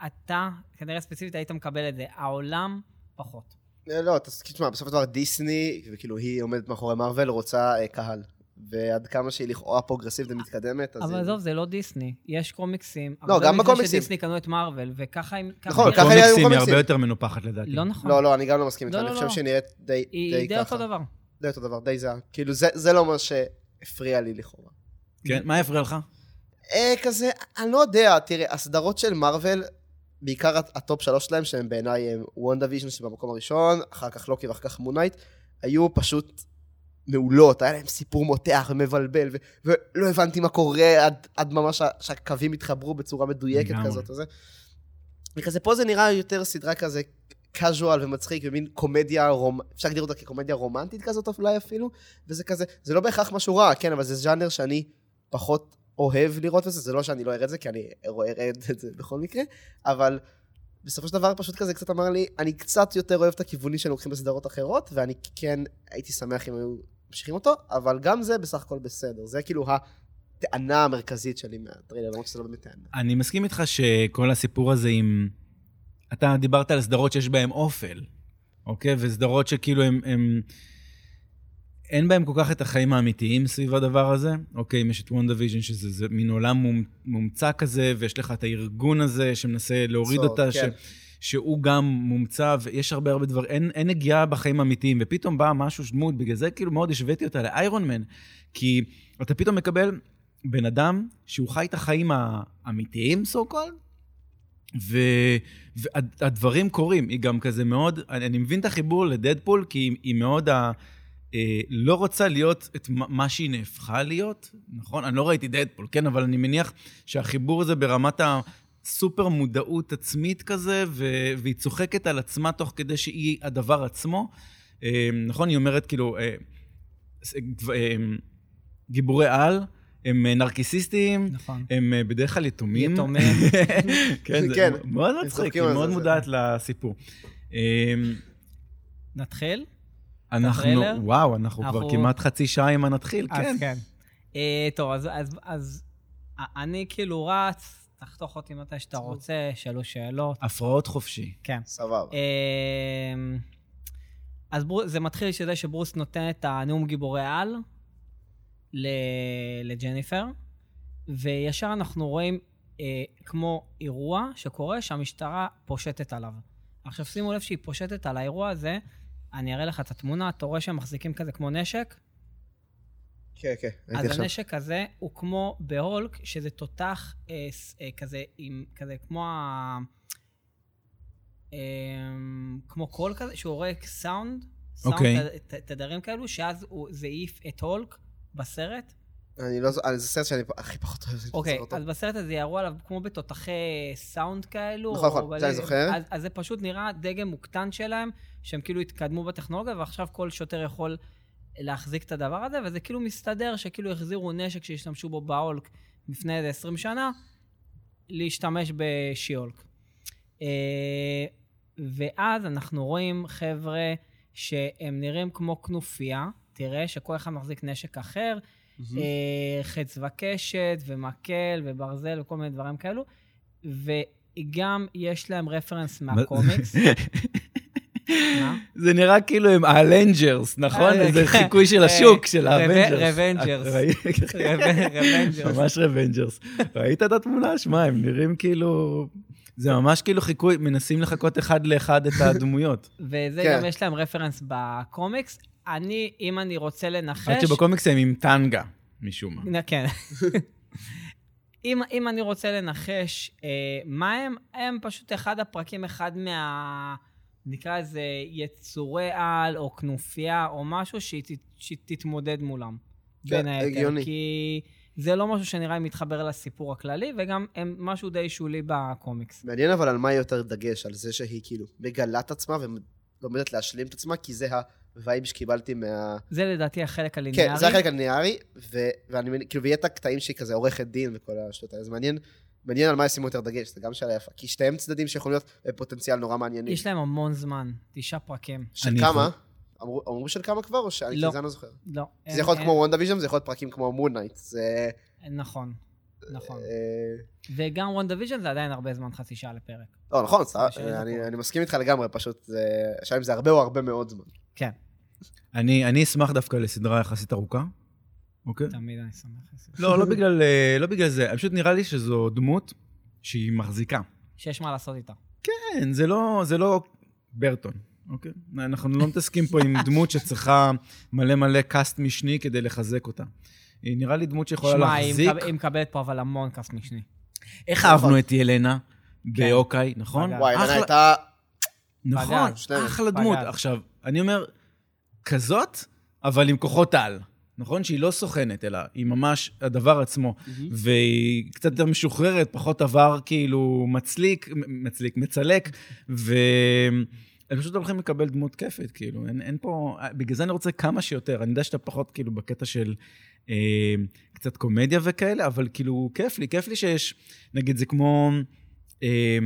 B: אתה, כנראה ספציפית היית מקבל את זה. העולם, פחות.
C: אה, לא, תס- תשמע, בסופו של דבר דיסני, וכאילו היא עומדת מאחורי מארוול, רוצה אה, קהל. ועד כמה שהיא לכאורה פרוגרסיבית ומתקדמת, אז
B: אבל
C: היא-
B: עזוב, זה לא דיסני. יש קומיקסים.
C: לא,
B: הרבה
C: גם
B: לפני
C: בקומיקסים.
B: שדיסני קנו את מארוול, וככה הם... ככה
C: נכון,
B: נראה-
C: ככה היה עם
A: קומיקסים היא
C: קומיקסים.
A: הרבה יותר מנופחת לדעתי.
B: לא נכון.
C: לא, לא, אני גם לא מסכים איתך,
B: לא,
C: אני
B: לא,
C: חושב
B: לא.
C: שהיא נראית די
B: היא די
C: ככה.
B: אותו דבר.
C: די אותו דבר, די זהה. כאילו, זה- זה לא מה שהפריע לי לכאורה.
A: כן, מה יפריע לך?
C: אה, כזה, אני לא יודע, תראה, הסדרות של מארוול, בעיקר הט- הטופ שלוש שלהם, שהם בעיניי אה, הם וונדה ויז'ן שבמקום הראשון, אחר כך לוקי ואחר כך מונייט, היו פשוט מעולות, היה להם סיפור מותח ומבלבל, ו- ולא הבנתי מה קורה עד, עד ממש ה- שהקווים התחברו בצורה מדויקת
A: לגמרי.
C: כזאת וזה. וכזה, פה זה נראה יותר סדרה כזה קאז'ואל ומצחיק, ומין קומדיה, רומ... אפשר להגדיר אותה כקומדיה רומנטית כזאת אולי אפילו, וזה כזה, זה לא בהכרח משהו רע, כן, אבל זה ז'אנר שאני פחות אוהב לראות וזה, זה לא שאני לא אראה את זה, כי אני רואה- אראה את זה בכל מקרה, אבל בסופו של דבר פשוט כזה קצת אמר לי, אני קצת יותר אוהב את הכיוונים שהם לוקחים בסדרות אחרות, ואני כן הייתי שמח אם היו ממשיכים אותו, אבל גם זה בסך הכל בסדר, זה כאילו הטענה המרכזית שלי מהטריילר, למרות שזה לא באמת טענה.
A: אני מסכים איתך שכל הסיפור הזה עם... אתה דיברת על סדרות שיש בהן אופל, אוקיי? וסדרות שכאילו הם... הם... אין בהם כל כך את החיים האמיתיים סביב הדבר הזה. אוקיי, אם יש את וונדה ויז'ן, שזה זה מין עולם מום- מומצא כזה, ויש לך את הארגון הזה שמנסה להוריד
C: צור,
A: אותה,
C: כן.
A: ש... שהוא גם מומצא, ויש הרבה הרבה דברים, אין, אין נגיעה בחיים האמיתיים, ופתאום בא משהו, דמות, בגלל זה כאילו מאוד השוויתי אותה לאיירון מן, כי אתה פתאום מקבל בן אדם שהוא חי את החיים האמיתיים, so called, ו... והדברים קורים, היא גם כזה מאוד, אני, אני מבין את החיבור לדדפול, כי היא, היא מאוד ה... אה, לא רוצה להיות את מה- מה שהיא נהפכה להיות, נכון? אני לא ראיתי דדפול, כן? אבל אני מניח שהחיבור הזה ברמת הסופר מודעות עצמית כזה, ו... והיא צוחקת על עצמה תוך כדי שהיא הדבר עצמו. אה, נכון? היא אומרת כאילו, אה, ס- גב- אה, גיבורי על הם אה, נרקיסיסטים,
B: נכון.
A: הם אה, בדרך כלל יתומים.
B: יתומים.
A: כן, זה
C: כן.
A: מאוד
C: הם
A: מצחיק,
C: צוחקים
A: היא
C: על זה,
A: מאוד
C: זה.
A: מודעת לסיפור. אמ,
B: נתחיל?
A: אנחנו,
B: הטריילר?
A: וואו, אנחנו
B: אנחנו-
A: כבר כמעט חצי שעה עם הנתחיל, כן.
B: אז כן. אה, טוב, אז- אז- אז א- אני כאילו רץ, תחתוך אותי מתי שאתה
C: סבבה.
B: רוצה, שאלו שאלות.
A: הפרעות חופשי.
B: כן.
C: סבבה.
B: אמ, אז ברוס, זה מתחיל שזה שברוס נותן את הנאום גיבורי על ל- לג'ניפר, וישר אנחנו רואים אה, כמו אירוע שקורה שהמשטרה פושטת עליו. עכשיו שימו לב שהיא פושטת על האירוע הזה, אני אראה לך את התמונה, אתה רואה שהם מחזיקים כזה כמו נשק?
C: כן, כן, הייתי
B: אז
C: עכשיו.
B: הנשק הזה הוא כמו בהולק, שזה תותח אה, ס- אה, כזה, עם, כזה כמו ה... אה, כמו קול כזה, שהוא עורק סאונד, סאונד
A: אוקיי.
B: ת- ת- תדרים כאלו, שאז הוא, זה העיף את הולק בסרט.
C: אני לא זו- אה, זה סרט שאני פ- הכי פחות אוהב. אני
B: אוקיי,
C: זוכר אותו.
B: אז בסרט הזה ירו עליו כמו בתותחי סאונד כאלו.
C: נכון,
B: או
C: נכון, זה
B: בלי-
C: אני זוכר.
B: אז, אז זה פשוט נראה דגם מוקטן שלהם, שהם כאילו התקדמו בטכנולוגיה, ועכשיו כל שוטר יכול להחזיק את הדבר הזה, וזה כאילו מסתדר שכאילו החזירו נשק שהשתמשו בו בהולק לפני איזה 20 שנה, להשתמש בשיולק. אה, ואז אנחנו רואים חבר'ה שהם נראים כמו כנופיה, תראה שכל אחד מחזיק נשק אחר,
A: Mm-hmm.
B: אה, חץ וקשת ומקל וברזל וכל מיני דברים כאלו, וגם יש להם רפרנס מהקומיקס. מה?
A: זה נראה כאילו הם הלנג'רס, נכון?
B: אה,
A: זה
B: כן.
A: חיקוי של
B: אה,
A: השוק, של
B: רו-
A: האבנג'רס.
B: רוונג'רס.
A: את ראית-
B: רו- רוונג'רס.
A: ממש רוונג'רס. ראית את התמונה? שמע, הם נראים כאילו... זה ממש כאילו חיקוי, מנסים לחקות אחד לאחד את הדמויות.
B: וזה
C: כן.
B: גם יש להם רפרנס בקומיקס. אני, אם אני רוצה
A: עד
B: לנחש...
A: שבקומיקס הם עם טנגה, משום מה.
B: נ- כן. אם, אם אני רוצה לנחש אה, מה הם, הם פשוט אחד הפרקים, אחד מה... נקרא לזה יצורי על, או כנופיה, או משהו שהיא ת- שהיא תתמודד מולם.
C: כן,
B: בין היתר.
C: הגיוני.
B: כי זה לא משהו שנראה לי מתחבר לסיפור הכללי, וגם הם משהו די שולי בקומיקס.
C: מעניין אבל על מה יותר דגש, על זה שהיא כאילו מגלה את עצמה ולומדת להשלים את עצמה, כי זה הווייב שקיבלתי מה...
B: זה לדעתי החלק הלינארי.
C: כן, זה החלק הליניארי, ו- ואני מבין- כאילו, ויהיה את הקטעים שהיא כזה עורכת דין וכל השטויות האלה, זה מעניין, מעניין על מה ישימו יותר דגש, זה גם שאלה יפה, כי שתיהם צדדים שיכולים להיות בפוטנציאל נורא מעניינים.
B: יש להם המון זמן, תשעה פרקים.
C: של
A: אני
C: כמה? אמרו אמרו של כמה כבר, או שאני
B: לא.
C: כי זה אני לא זוכר?
B: לא.
C: כי
B: אין-
C: זה יכול להיות
B: אין-
C: כמו וונדה ויז'ן, זה יכול להיות פרקים כמו מון נייט, זה...
B: נכון, נכון.
C: אה,
B: וגם וונדוויז'ן זה עדיין הרבה זמן, חצי שעה לפרק.
C: לא, נכון, סבבה,
B: שאלה
C: אני-
B: פה.
C: אני מסכים איתך לגמרי, פשוט, אה, השאלה אם זה הרבה או הרבה מאוד זמן.
B: כן.
A: אני, אני אשמח דווקא לסדרה יחסית ארוכה, אוקיי?
B: תמיד אני שמח. על זה.
A: לא, לא בגלל, אה, לא בגלל זה, פשוט נראה לי שזו דמות שהיא מחזיקה.
B: שיש מה לעשות איתה.
A: כן, זה לא, זה לא ברטון, אוקיי? אנחנו לא מתעסקים פה עם דמות שצריכה מלא מלא קאסט משני כדי לחזק אותה. היא נראה לי דמות שיכולה
B: שמע, היא
A: להחזיק.
B: מקב- היא מקבלת פה אבל המון כף משני.
A: איך אהבנו את ילנה באוקיי, נכון?
B: בגז.
C: וואי,
A: אחלה-
C: אלנה הייתה...
A: נכון,
B: בגז,
C: שלם.
A: אחלה דמות.
B: בגז.
A: עכשיו, אני אומר, כזאת, אבל עם כוחות על. נכון שהיא לא סוכנת, אלא היא ממש הדבר עצמו. והיא קצת יותר משוחררת, פחות עבר כאילו מצליק, מ- מצליק, מצלק, והם פשוט הולכים לקבל דמות כיפית, כאילו, אין, אין פה... בגלל זה אני רוצה כמה שיותר. אני יודע שאתה פחות כאילו בקטע של אה, קצת קומדיה וכאלה, אבל כאילו, כיף לי, כיף לי שיש, נגיד, זה כמו... אה,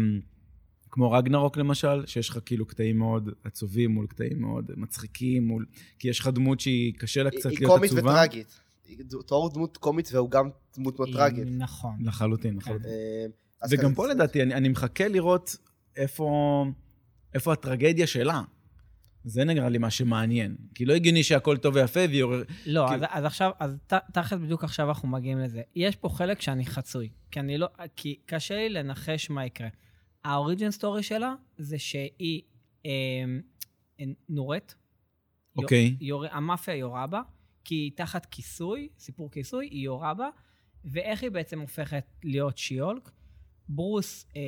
A: כמו רגנרוק למשל, שיש לך כאילו קטעים מאוד עצובים מול קטעים מאוד מצחיקים, מול... כי יש לך דמות שהיא קשה לה
C: היא-
A: קצת
C: היא
A: להיות
C: קומית
A: עצובה.
C: וטרגית. היא ד- תור דמות קומית והוא גם דמות מאוד
B: היא-
C: טרגית.
B: נכון.
A: לא. לחלוטין, לחלוטין.
C: אה, אז
A: וגם
C: כזה-
A: פה לדעתי, אני, אני מחכה לראות איפה, איפה הטרגדיה שלה. זה נראה לי מה שמעניין. כי לא הגיוני שהכל טוב ויפה והיא עורר...
B: לא,
A: כאילו-
B: אז, אז עכשיו, אז ת- תכל'ס בדיוק עכשיו אנחנו מגיעים לזה. יש פה חלק שאני חצוי, כי אני לא, כי קשה לי לנחש מה יקרה. האוריג'ן סטורי שלה זה שהיא אה, נורית, לא.
A: אוקיי.
B: יור, המאפיה יורה בה, כי היא תחת כיסוי, סיפור כיסוי, היא יורה בה, ואיך היא בעצם הופכת להיות שיולק? ברוס אה,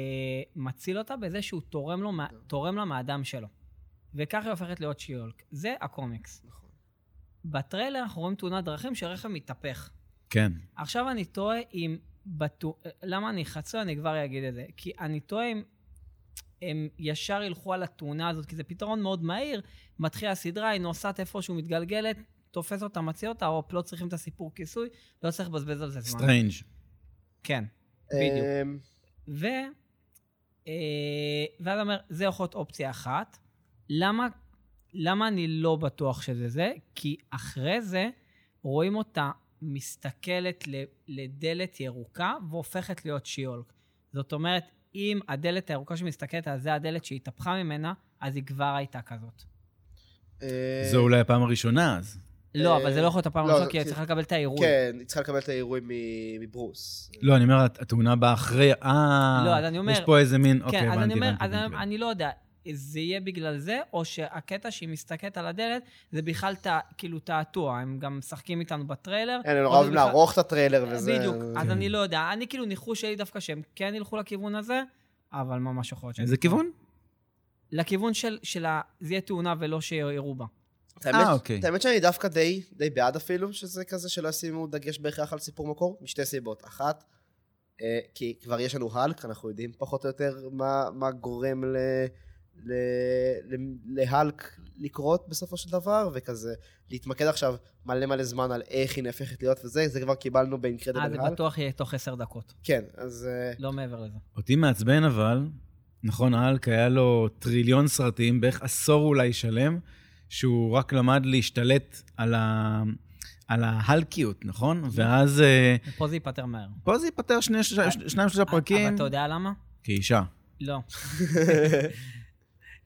B: מציל אותה בזה שהוא תורם, לו, מה- תורם לה מהדם שלו. וכך היא הופכת להיות שיולק. זה הקומיקס.
C: נכון.
B: בטריילר אנחנו רואים תאונת דרכים שרכב מתהפך.
A: כן.
B: עכשיו אני תוהה אם... בטו... למה אני חצוי? אני כבר אגיד את זה. כי אני תוהה אם הם ישר ילכו על התאונה הזאת, כי זה פתרון מאוד מהיר. מתחילה הסדרה, היא נוסעת איפשהו, מתגלגלת, תופס אותה, מציע אותה, הופ, לא צריכים את הסיפור כיסוי, לא צריך לבזבז על זה זמן.
A: סטרנג'.
B: כן. בדיוק. ו... אה, ואז אומר, זה יכול להיות אופציה אחת. למה, למה אני לא בטוח שזה זה? כי אחרי זה רואים אותה מסתכלת ל- לדלת ירוקה והופכת להיות שיולק. זאת אומרת, אם הדלת הירוקה שמסתכלת על זה הדלת שהתהפכה ממנה, אז היא כבר הייתה כזאת.
C: אה,
A: זו אולי הפעם הראשונה אז.
B: לא, אבל זה לא
C: אה,
B: יכול להיות הפעם
C: לא,
B: הראשונה,
C: זה-
B: כי היא
C: זה-
B: צריכה לקבל את העירוי.
C: כן, היא צריכה לקבל את האירועים מ- מברוס.
B: אה,
A: לא, אני אומר, הת- התאונה באה אחרי... אה...
B: לא, אז אני אומר-
A: יש פה איזה מין... אוקיי,
B: כן, אז אני
A: הבנתי,
B: אומר,
A: הבנתי.
B: אז
A: הבנתי.
B: אני- אני לא יודע, זה יהיה בגלל זה, או שהקטע שהיא מסתכלת על הדלת, זה בכלל ת- כאילו תעתוע, הם גם משחקים איתנו בטריילר.
C: אין, כן, הם נורא
B: או זה
C: אוהבים
B: בכלל-
C: לערוך את הטריילר וזה.
B: לא בדיוק, אז
A: כן.
B: אני לא יודע, אני כאילו ניחוש שלי דווקא שהם כן ילכו לכיוון הזה, אבל ממש יכול להיות שאני
A: איזה
B: טועה.
A: כיוון?
B: לכיוון של, של ה... זה יהיה תאונה ולא שיראו בה.
C: את האמת-
A: אה, אוקיי.
C: את האמת שאני דווקא די, די בעד אפילו, שזה כזה שלא ישימו דגש בהכרח על סיפור מקור, משתי סיבות. אחת, אה, כי כבר יש לנו האלק, אנחנו יודעים פחות או יותר מה, מה גורם ל, ל, ל, להאלק לקרות בסופו של דבר, וכזה להתמקד עכשיו מלא מלא זמן על איך היא נהפכת להיות וזה, זה כבר קיבלנו
B: אה, זה
C: באינקרדיבל האלק.
B: בטוח יהיה תוך עשר דקות,
C: כן, אז... אה,
B: לא מעבר לזה.
A: אותי מעצבן אבל, נכון, האלק היה לו טריליון סרטים, בערך עשור אולי שלם, שהוא רק למד להשתלט על ה... על ההלקיות, נכון?
B: כן.
A: ואז אה,
B: ופה זה ייפתר מהר.
A: פה זה ייפתר שני- ש- ש- שניים, שלושה פרקים.
B: אה, אבל אתה יודע למה?
A: כאישה.
B: לא.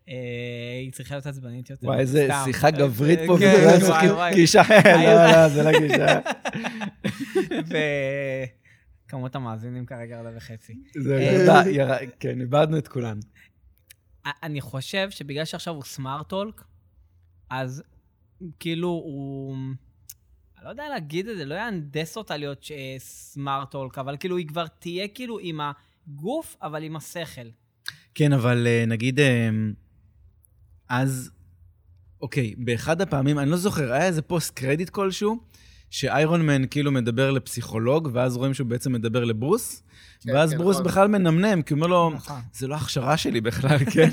B: אה, היא צריכה להיות עצבנית יותר.
A: וואי, איזה
B: סתם.
A: שיחה גברית פה,
B: כן,
A: וכולם
B: וואי,
A: צוחקים,
B: וואי. אה,
A: כאישה, לא, לא, זה לא כאישה.
B: וכמות המאזינים כרגע עולה וחצי.
A: זהו,
B: אה.
A: ירדה, ירד- כן, איבדנו את כולן.
B: א- אני חושב שבגלל שעכשיו הוא סמארט-טולק, אז כאילו הוא... אני לא יודע להגיד את זה, לא יהנדס אותה להיות ש- אה, סמארט-טולק, אבל כאילו היא כבר תהיה כאילו עם הגוף, אבל עם השכל.
A: כן, אבל אה, נגיד, אה, אז, אוקיי, באחד הפעמים, אני לא זוכר, היה איזה פוסט קרדיט כלשהו, שאיירון מן כאילו מדבר לפסיכולוג, ואז רואים שהוא בעצם מדבר לברוס,
C: כן,
A: ואז
C: כן,
A: ברוס
C: נכון.
A: בכלל מנמנם, כי הוא אומר לו,
B: נכון.
A: זה לא הכשרה שלי בכלל, כן?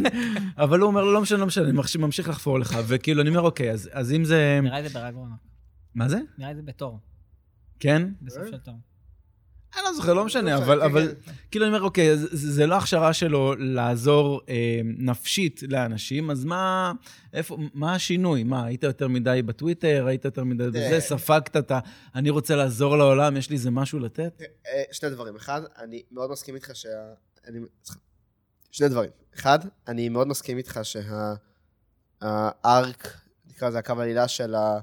A: אבל הוא אומר לו, לא משנה, לא משנה, אני ממשיך- ממשיך לחפור לך, וכאילו, אני אומר, אוקיי, אז- אז אם זה...
B: נראה את זה ברגרונה.
A: מה זה?
B: נראה את זה בתור,
A: כן?
B: בסוף
C: אה?
B: של תור.
A: אני לא זוכר, לא משנה,
C: לא
A: אבל,
C: משנה,
A: אבל
C: כן,
A: כאילו אני אומר, אוקיי, אז זה זה לא הכשרה שלו לעזור אה, נפשית לאנשים, אז מה, איפה, מה השינוי? מה, היית יותר מדי בטוויטר, היית יותר מדי בזה,
C: אה.
A: ספגת את ה... אני רוצה לעזור לעולם, יש לי איזה משהו לתת?
C: אה, שני דברים. אחד, אני מאוד מסכים איתך שה... אני... שני דברים. אחד, אני מאוד מסכים איתך שהארק, נקרא לזה הקו העלילה של ה...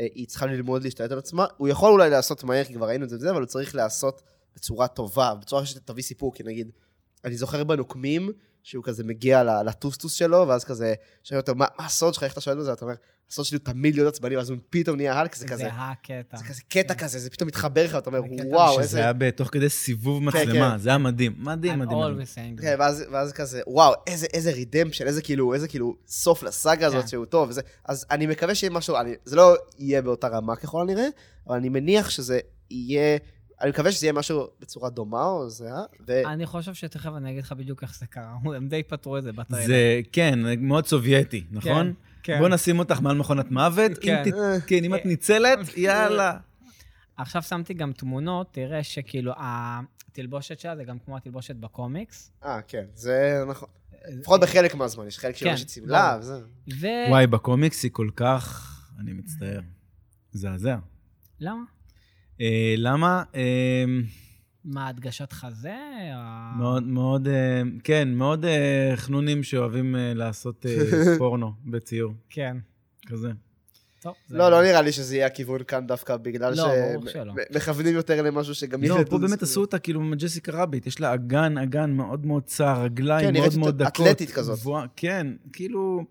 C: אה, היא צריכה ללמוד להשתלט על עצמה. הוא יכול אולי לעשות מהר, כי כבר ראינו את זה וזה, אבל הוא צריך לעשות בצורה טובה, בצורה שתביא סיפור, כי נגיד, אני זוכר בנוקמים, שהוא כזה מגיע ל- לטוסטוס שלו, ואז כזה, שואל אותו, מה מה הסוד שלך, איך אתה שואל את זה? אתה אומר, הסוד שלי הוא תמיד להיות עצבני, ואז הוא פתאום נהיה הלק, זה כזה,
B: זה הקטע.
C: זה כזה קטע כזה, זה פתאום מתחבר לך, אתה אומר,
B: זה קטע
C: וואו,
A: שזה
C: איזה...
A: היה בתוך כדי סיבוב
C: כן.
A: מצלמה, זה היה מדהים. מדהים,
B: I'm
A: מדהים. מדהים.
B: always saying
C: כן,
B: that.
C: ואז, ואז כזה, וואו, איזה, איזה רידמפשן, איזה כאילו, איזה כאילו סוף לסאגה הזאת
B: כן.
C: שהוא טוב. וזה, אז אני מקווה שיהיה משהו, אני, זה לא יהיה באותה רמה ככל הנראה, אבל אני מניח שזה יהיה, אני מקווה שזה יהיה משהו בצורה דומה או זהה,
B: אני חושב שתכף אני אגיד לך בדיוק איך זה קרה. הם די פתרו את זה בטריילר.
A: זה, כן, מאוד סובייטי, נכון?
B: כן.
A: בוא נשים אותך מעל מכונת מוות. אם
B: כן.
A: ת-
C: ו...
A: כן, אם את ניצלת, יאללה.
B: עכשיו שמתי גם תמונות, תראה שכאילו התלבושת שלה זה גם כמו התלבושת בקומיקס.
C: אה, כן, זה נכון. לפחות בחלק מהזמן, יש חלק שלו
B: אה, כן,
C: שצימלה,
B: ברור.
C: וזה.
B: ו...
A: וואי, בקומיקס היא כל כך... אני מצטער. מזעזע.
B: למה?
A: אה, למה? אה,
B: מה, הדגשת חזה? ה-
A: מאוד, מאוד, אה, כן, מאוד אה, חנונים שאוהבים אה, לעשות אה, פורנו בציור,
B: כן.
A: כזה.
B: טוב. זה-
C: לא, לא נראה לי שזה יהיה הכיוון כאן דווקא, בגלל
B: לא, ברור שלא.
C: שמכוונים יותר למשהו שגם...
A: לא,
C: ילד-
A: פה באמת עשו אותה כאילו מג'סיקה רביט, יש לה אגן, אגן מאוד מאוד צר,
C: כן,
A: רגליים
C: נראית
A: מאוד מאוד
C: יותר
A: דקות.
C: אתלטית כזאת.
A: גבוהה, כן, כאילו...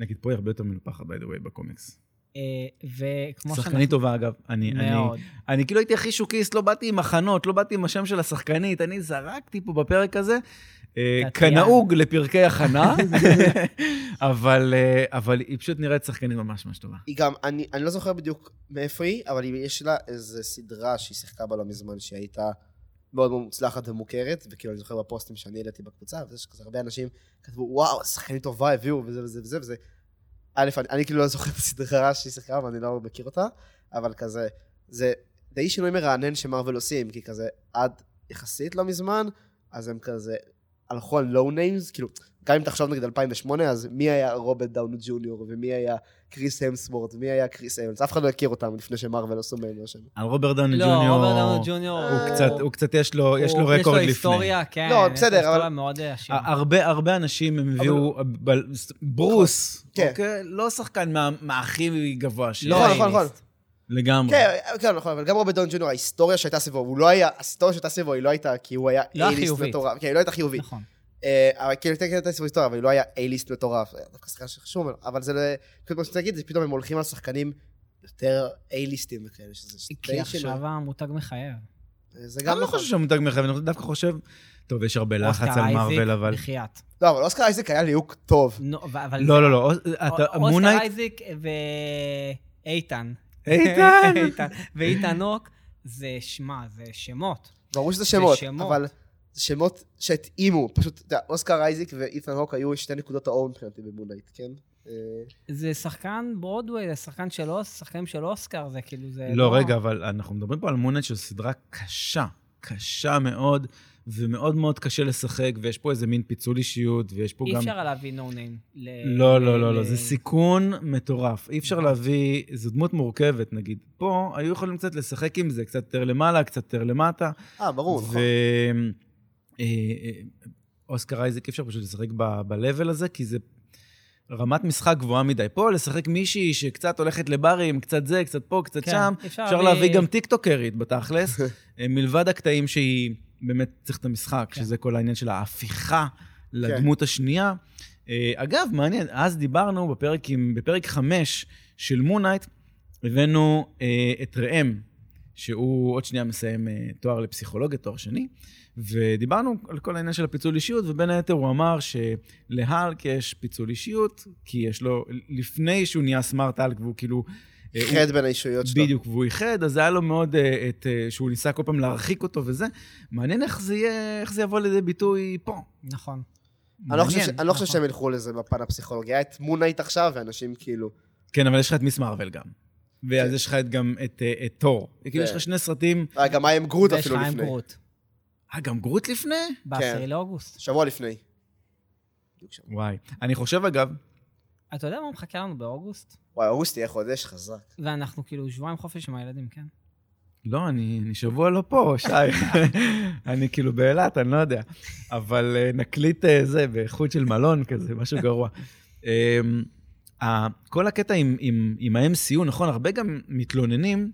A: נגיד, פה היא הרבה יותר מנופחת, by the way, בקומיקס.
B: אה, וכמו
A: שחקנית טובה, אגב. אני, אני,
B: מאוד.
A: אני כאילו הייתי הכי שוקיסט, לא באתי עם הכנות, לא באתי עם השם של השחקנית, אני זרקתי פה בפרק הזה, אה,
B: טטיאנה.
A: כנהוג לפרקי הכנה, אבל, אה, אבל היא פשוט נראית שחקנית ממש ממש טובה.
C: היא גם, אני, אני לא זוכר בדיוק מאיפה היא, אבל היא- יש לה איזו סדרה שהיא שיחקה בה לא מזמן, שהיא הייתה מאוד מאוד מוצלחת ומוכרת, וכאילו אני זוכר בפוסטים שאני העליתי בקבוצה, ויש כזה הרבה אנשים כתבו, וואו, שחקנית טובה הביאו, וזה וזה וזה וזה. א', אני, אני כאילו לא זוכר את הסדרה שהיא שיחקה, ואני לא מכיר אותה, אבל כזה, זה די שינוי מרענן שמרוויל עושים, כי כזה, עד יחסית לא מזמן, אז הם כזה הלכו על לואו ניימס, כאילו, גם אם תחשוב נגיד 2008, אז מי היה רוברט דאונו ג'וניור, ומי היה קריס המסוורט, ומי היה קריס המס, אף אחד לא הכיר אותם לפני שמרוויל עשו מהם משהו.
A: על רוברט דאוני
B: לא,
A: ג'וניור,
B: רוברט דאוני ג'וניור.
A: הוא קצת, הוא קצת יש לו, יש לו
B: הוא-
A: רקורד לפני.
B: יש לו היסטוריה, כן.
C: לא,
B: יש לו
C: בסדר, אבל-
B: היסטוריה מאוד עשירה.
A: ה- הרבה, הרבה אנשים הם הביאו, אבל... ברוס,
C: כן.
A: אוקיי? לא שחקן מה- מהכי גבוה שלו.
C: נכון,
B: לא
C: נכון, נכון.
B: הייליסט.
A: לגמרי.
C: כן, כן, נכון, אבל גם רוברט דאוני ג'וניור, ההיסטוריה שהייתה סביבו, הוא לא היה, ההיסטוריה שהייתה סביבו היא לא הייתה, כי הוא היה
B: לא
C: A-ליסט
B: החיובית.
C: מטורף. כן, היא לא הייתה חיובית.
B: נכון.
C: אה, אבל כאילו, כן, כן, הייתה סביבו היסטוריה, אבל היא לא היה A-ליסט מטורף. זה היה דווקא שחקן שחשוב, ממנו, אבל זה, לא- כאילו, כמו שרציתי להגיד, זה פתאום הם הולכים על שחקנים יותר A-ליסטים וכאלה, שזה שזה
B: כי
C: די שינוי.
B: עכשיו המותג מחייב.
C: זה
A: גם
C: גם
A: לא
C: נכון.
A: חושב שהמותג מחייב, אני דווקא חושב, טוב, יש הרבה לחץ
B: אוסקר
A: על
B: אייזק,
A: מארוול, אבל...
B: בחייאת.
C: לא, אבל אוסקר אייזק היה ליהוק טוב.
B: נו, ו- אבל...
A: לא, לא, לא, אוס-
B: אוסקר
A: אתה- מונייט...
B: אייזיק ואיתן.
A: איתן!
B: אה, לא, ואיתן הוק, זה שמע, זה שמות.
C: ברור שזה שמות,
B: שמות.
C: אבל זה שמות שהתאימו. פשוט, אתה יודע, אוסקר אייזיק ואית'ן הוק היו שתי נקודות האור מבחינתי במונלייט, כן? אה,
B: זה שחקן ברודווי, זה שחקן של אוס, שחקנים של אוסקר, זה כאילו, זה...
A: לא, רגע, אבל אנחנו מדברים פה על מונייט שזו סדרה קשה, קשה מאוד, ומאוד מאוד קשה לשחק, ויש פה איזה מין פיצול אישיות, ויש פה
B: אי
A: גם...
B: אפשר אה, להביא נו ניים.
A: לא, לא, לא, לא, זה סיכון מטורף. אי
B: נכון.
A: אפשר להביא, זו דמות מורכבת, נגיד. פה היו יכולים קצת לשחק עם זה, קצת יותר למעלה, קצת יותר למטה.
C: אה, ברור, נכון.
A: ו... אה, אה, אוסקר אייזק, אי אפשר פשוט לשחק ב- ב-level הזה, כי זה רמת משחק גבוהה מדי. פה לשחק מישהי שקצת הולכת לברים, קצת זה, קצת פה, קצת
B: כן.
A: שם. אפשר להביא גם טיקטוקרית בתכלס, אה, מלבד הקטעים שהיא באמת צריך את המשחק,
B: כן.
A: שזה כל העניין של ההפיכה לדמות השנייה. אה, אגב, מעניין, אז דיברנו בפרק, עם, בפרק 5 של מונייט, הבאנו אה, את ראם, שהוא עוד שנייה מסיים אה, תואר לפסיכולוגיה, תואר שני, ודיברנו על כל העניין של הפיצול אישיות, ובין היתר הוא אמר שלהלק יש פיצול אישיות, כי יש לו, לפני שהוא נהיה סמארט הלק, והוא כאילו... אה, הוא-
C: חד בין האישויות שלו.
A: בדיוק, והוא איחד, אז היה לו מאוד אה, את... אה, שהוא ניסה כל פעם להרחיק אותו וזה. מעניין איך זה יהיה, איך זה יבוא לידי ביטוי פה.
B: נכון.
C: אני לא חושב ש-
A: מעניין.
C: אני לא חושב
B: נכון.
C: שהם ילכו לזה בפן הפסיכולוגי. היה את מונלייט עכשיו, ואנשים כאילו...
A: כן, אבל יש לך את מיס מארוול גם. ואז
C: כן.
A: יש לך את גם את אה, את תור. כאילו, יש לך שני סרטים...
C: אה, גם היה עם גרוט
B: ויש
C: אפילו
B: לך עם
C: לפני.
B: גרוט.
A: אה, גם גרוט לפני?
B: ב-10 לאוגוסט.
C: שבוע לפני. בדיוק שבוע.
A: וואי. אני חושב, אגב,
B: אתה יודע מה מחכה לנו באוגוסט?
C: וואי, אוגוסט יהיה חודש חזק.
B: ואנחנו כאילו שבועיים חופש עם הילדים, כן?
A: לא, אני, אני שבוע לא פה, שי. אני כאילו באילת, אני לא יודע. אבל אה, נקליט אה, זה, באיכות של מלון כזה, משהו גרוע. אמ, ה- כל הקטע עם, עם, עם ה-MCU, נכון, הרבה גם מתלוננים,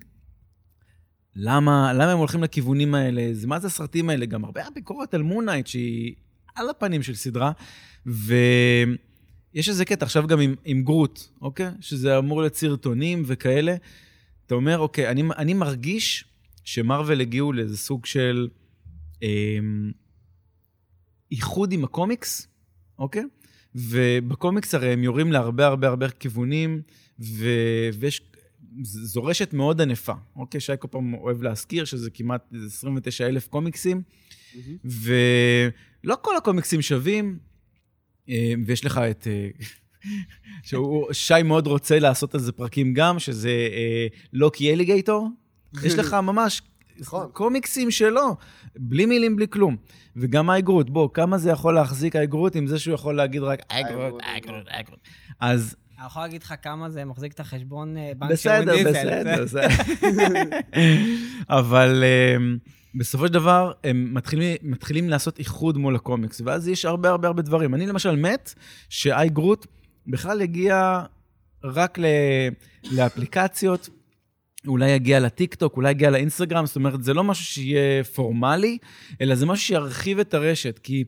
A: למה, למה הם הולכים לכיוונים האלה, זה, מה זה הסרטים האלה? גם הרבה הביקורת על מונייט, שהיא על הפנים של סדרה, ויש איזה קטע עכשיו גם עם, עם גרוט, אוקיי? שזה אמור להיות סרטונים וכאלה. אתה אומר, אוקיי, אני, אני מרגיש שמרוויל הגיעו לאיזה סוג של אה, איחוד עם הקומיקס, אוקיי? ובקומיקס הרי הם יורים להרבה הרבה הרבה כיוונים, ו... ויש... ז- זו רשת מאוד ענפה, אוקיי? שי כל פעם אוהב להזכיר שזה כמעט 29 אלף קומיקסים, ולא כל הקומיקסים שווים, אה, ויש לך את... אה, שהוא, שי מאוד רוצה לעשות על זה פרקים גם, שזה אה, לוקי אליגייטור. יש לך ממש
C: נכון.
A: קומיקסים שלו, בלי מילים, בלי כלום. וגם אייגרוט, בוא, כמה זה יכול להחזיק אייגרוט עם זה שהוא יכול להגיד רק אייגרוט,
C: אייגרוט,
A: אייגרוט, אייגרוט. אז
B: אני יכול להגיד לך כמה זה מחזיק את החשבון אה, בנק של
A: בסדר,
B: וין דיזל.
A: בסדר, בסדר. אבל אמ, בסופו של דבר, הם מתחילים- מתחילים לעשות איחוד מול הקומיקס, ואז יש הרבה הרבה הרבה דברים. אני למשל מת שאיי גרוט בכלל הגיע רק ל- לאפליקציות, אולי יגיע לטיקטוק, אולי יגיע לאינסטגרם, זאת אומרת, זה לא משהו שיהיה פורמלי, אלא זה משהו שירחיב את הרשת, כי...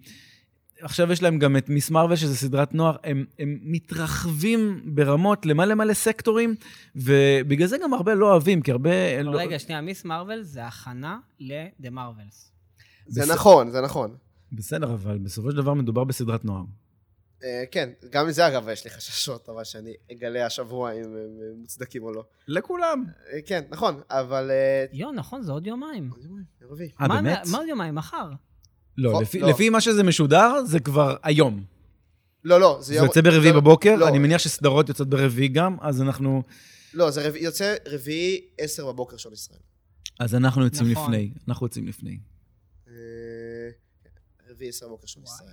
A: עכשיו יש להם גם את מיס מרוויל, שזו סדרת נוער, הם, הם מתרחבים ברמות למלא מלא סקטורים, ובגלל זה גם הרבה לא אוהבים, כי הרבה...
B: אבל
A: לא...
B: רגע, שנייה, מיס מרוויל זה הכנה ל-The Marvels.
C: זה
A: בס-
C: נכון, זה נכון.
A: בסדר, אבל בסופו של דבר מדובר בסדרת נוער.
C: אה, כן, גם לזה אגב יש לי חששות, אבל שאני אגלה השבוע אם הם אה, מוצדקים או לא.
A: לכולם.
C: אה, כן, נכון, אבל... אה,
B: יו, נכון, זה עוד יומיים.
C: יומיים, יום רביעי.
A: אה,
B: מה-
A: באמת?
B: מה עוד יומיים? מחר.
A: לא,
C: לא,
A: לפי,
C: לא.
A: לפי מה שזה משודר, זה כבר היום.
C: לא, לא, זה
A: זה
C: יום...
A: יוצא ברביעי
C: לא,
A: בבוקר,
C: לא.
A: אני מניח שסדרות יוצאות ברביעי גם, אז אנחנו...
C: לא, זה רביעי- יוצא רביעי עשר בבוקר של ישראל.
A: אז אנחנו יוצאים
B: נכון.
A: לפני. אנחנו יוצאים לפני.
C: אה, רביעי עשר בבוקר של
B: וואי.
C: ישראל.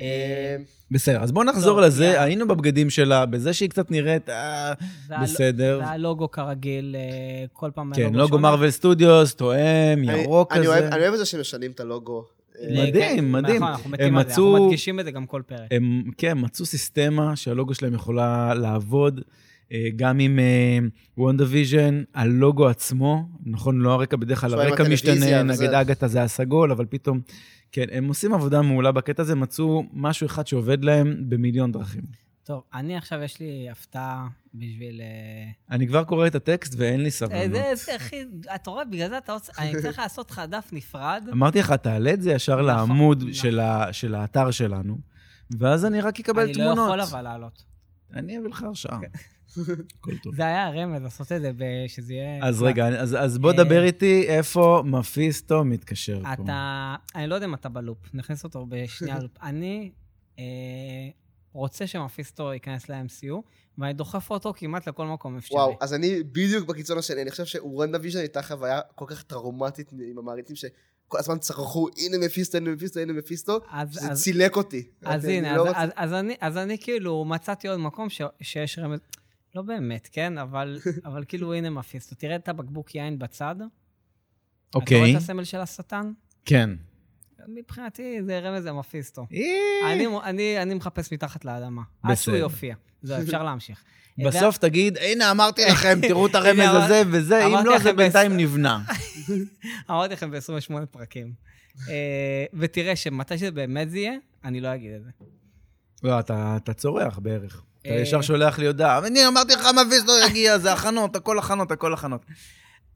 B: אה,
C: אה,
A: בסדר, אז בואו נחזור
B: לא,
A: לזה,
B: יאללה. לא-
A: היינו בבגדים שלה, בזה שהיא קצת נראית, אה,
B: זה הל-
A: בסדר.
B: זה הלוגו כרגיל, אה, כל פעם
A: כן,
B: הלוגו
A: לוגו
B: שונה.
A: מרוויל סטודיוס, תואם, ירוק
C: אני- אני
A: כזה.
C: אוהב- אני אוהב את זה שהם משנים את הלוגו. אה,
A: מדהים,
B: לגמרי.
A: מדהים.
B: נכון, אנחנו
A: הם
B: מתים על זה,
A: מצאו-
B: אנחנו מדגישים את זה גם כל פרק.
A: הם, כן, מצאו סיסטמה שהלוגו שלהם יכולה לעבוד, אה, גם עם וונדה ויז'ן, הלוגו עצמו, נכון, לא הרקע, בדרך כלל
C: שהוא היה עם
A: הרקע משתנה,
C: הטלוויזיה
A: נגד
C: וזה.
A: אגתה זה הסגול, אבל פתאום, כן, הם עושים עבודה מעולה בקטע הזה, מצאו משהו אחד שעובד להם במיליון דרכים.
B: טוב, אני עכשיו יש לי הפתעה בשביל... אה,
A: אני כבר קורא את הטקסט ואין לי סבלנות.
B: אה, זה, זה, אחי, אתה רואה, בגלל זה אתה רוצה... אני צריך לעשות לך דף נפרד.
A: אמרתי לך, תעלה את זה ישר
B: נכון,
A: לעמוד
B: נכון.
A: של ה- של האתר שלנו, ואז אני רק אקבל
B: אני לא
A: תמונות.
B: יכול אבל אוקיי. לעלות.
A: אני אביא לך הרשאה. הכל טוב.
B: זה היה הרמז, לעשות את זה, ב- שזה יהיה...
A: אז רגע, אני- אז, אז בוא
B: אה,
A: דבר איתי איפה מפיסטו מתקשר פה.
B: אתה... אני לא יודע אם אתה בלופ, נכניס אותו בשנייה לופ. אני אה, רוצה שמפיסטו ייכנס ל-MCU, ואני דוחף אותו כמעט לכל מקום אפשרי.
C: וואו, אז אני בדיוק בקיצון השני, אני חושב שוורן דוויז'ן הייתה חוויה כל כך טראומטית עם המעריצים שכל הזמן צרחו, הנה מפיסטו, הנה מפיסטו, הנה מפיסטו,
B: אז,
C: שזה
B: אז,
C: צילק אותי.
B: אז
C: אני
B: הנה,
C: לא
B: אז,
C: רוצה-
B: אז, אז, אני, אז אני כאילו מצאתי עוד מקום ש, שיש רמז... לא באמת, כן? אבל, אבל כאילו, הנה מפיסטו. תראה את הבקבוק יין בצד. אתה
A: אוקיי,
B: רואה את הסמל של השטן?
A: כן.
B: מבחינתי זה רמז למפיסטו.
A: אה,
B: אני, אני, אני מחפש מתחת לאדמה. עד שהוא
A: בסדר.
B: יופיע. זהו, אפשר להמשיך. אה,
A: בסוף תגיד, הנה אמרתי לכם, תראו את הרמז
B: הנה,
A: הזה וזה, אם
B: אמרתי
A: לא, זה
B: לכם
A: בינתיים
B: בעשר-
A: נבנה.
B: אמרתי לכם ב-28 פרקים. אה, ותראה שמתי שזה באמת זה יהיה, אני לא אגיד את זה.
A: לא, אתה אתה צורח בערך. אתה
B: אה.
A: ישר שולח לי הודעה, אני אמרתי לך, מפיסטו יגיע, זה הכנות, הכל הכנות, הכל הכנות.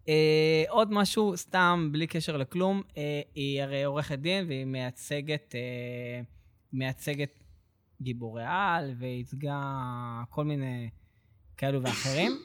B: אה, עוד משהו, סתם, בלי קשר לכלום, אה, היא הרי עורכת דין והיא מייצגת, אה, מייצגת גיבורי על, וייצגה כל מיני כאלו ואחרים,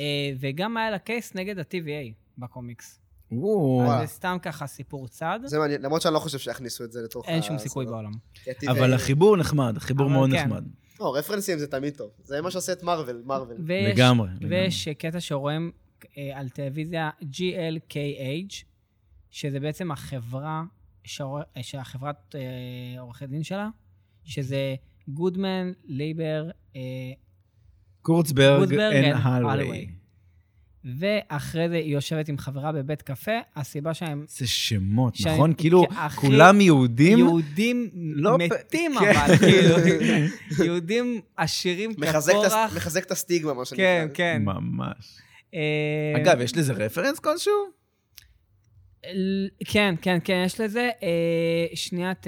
B: אה, וגם היה לה קייס נגד ה-TVA בקומיקס.
A: וואו.
B: אז
C: וואלה.
B: זה סתם ככה סיפור צד,
C: זה מעניין, למרות שאני לא חושב שיכניסו את זה לתוך...
B: אין
C: ה-
B: שום סיכוי
C: זה לא-
B: בעולם.
C: כי הטבעי-
A: אבל החיבור נחמד, החיבור
B: אבל
A: מאוד
B: כן.
A: נחמד.
C: לא, רפרנסים זה תמיד טוב. זה מה שעושה את מארוול, מארוול.
B: ויש-
A: לגמרי. לגמרי.
B: ויש קטע שרואים אה, על טלוויזיה GLKH, שזה בעצם החברה, שעור- אה, שהחברת אה, עורכי דין שלה, שזה גודמן, לייבר, אה,
A: קורצברג
B: גוטברג
A: אין
B: and
A: הלווי.
B: הלווי. ואחרי זה היא יושבת עם חברה בבית קפה, הסיבה שהם
A: זה שמות,
B: שאני-
A: נכון? כאילו,
B: הכי-
A: כולם יהודים?
B: יהודים
A: לא פ-
B: מתים
A: כן.
B: אבל, כאילו, יהודים עשירים
C: מחזק את הס-
B: כקורח.
C: מחזק את הסטיגמה, מה שנקרא.
B: כן, כן.
A: ממש.
B: אה,
A: אגב, יש לזה רפרנס כלשהו?
B: ל- כן, כן, כן, יש לזה. אה, שנייה, ת-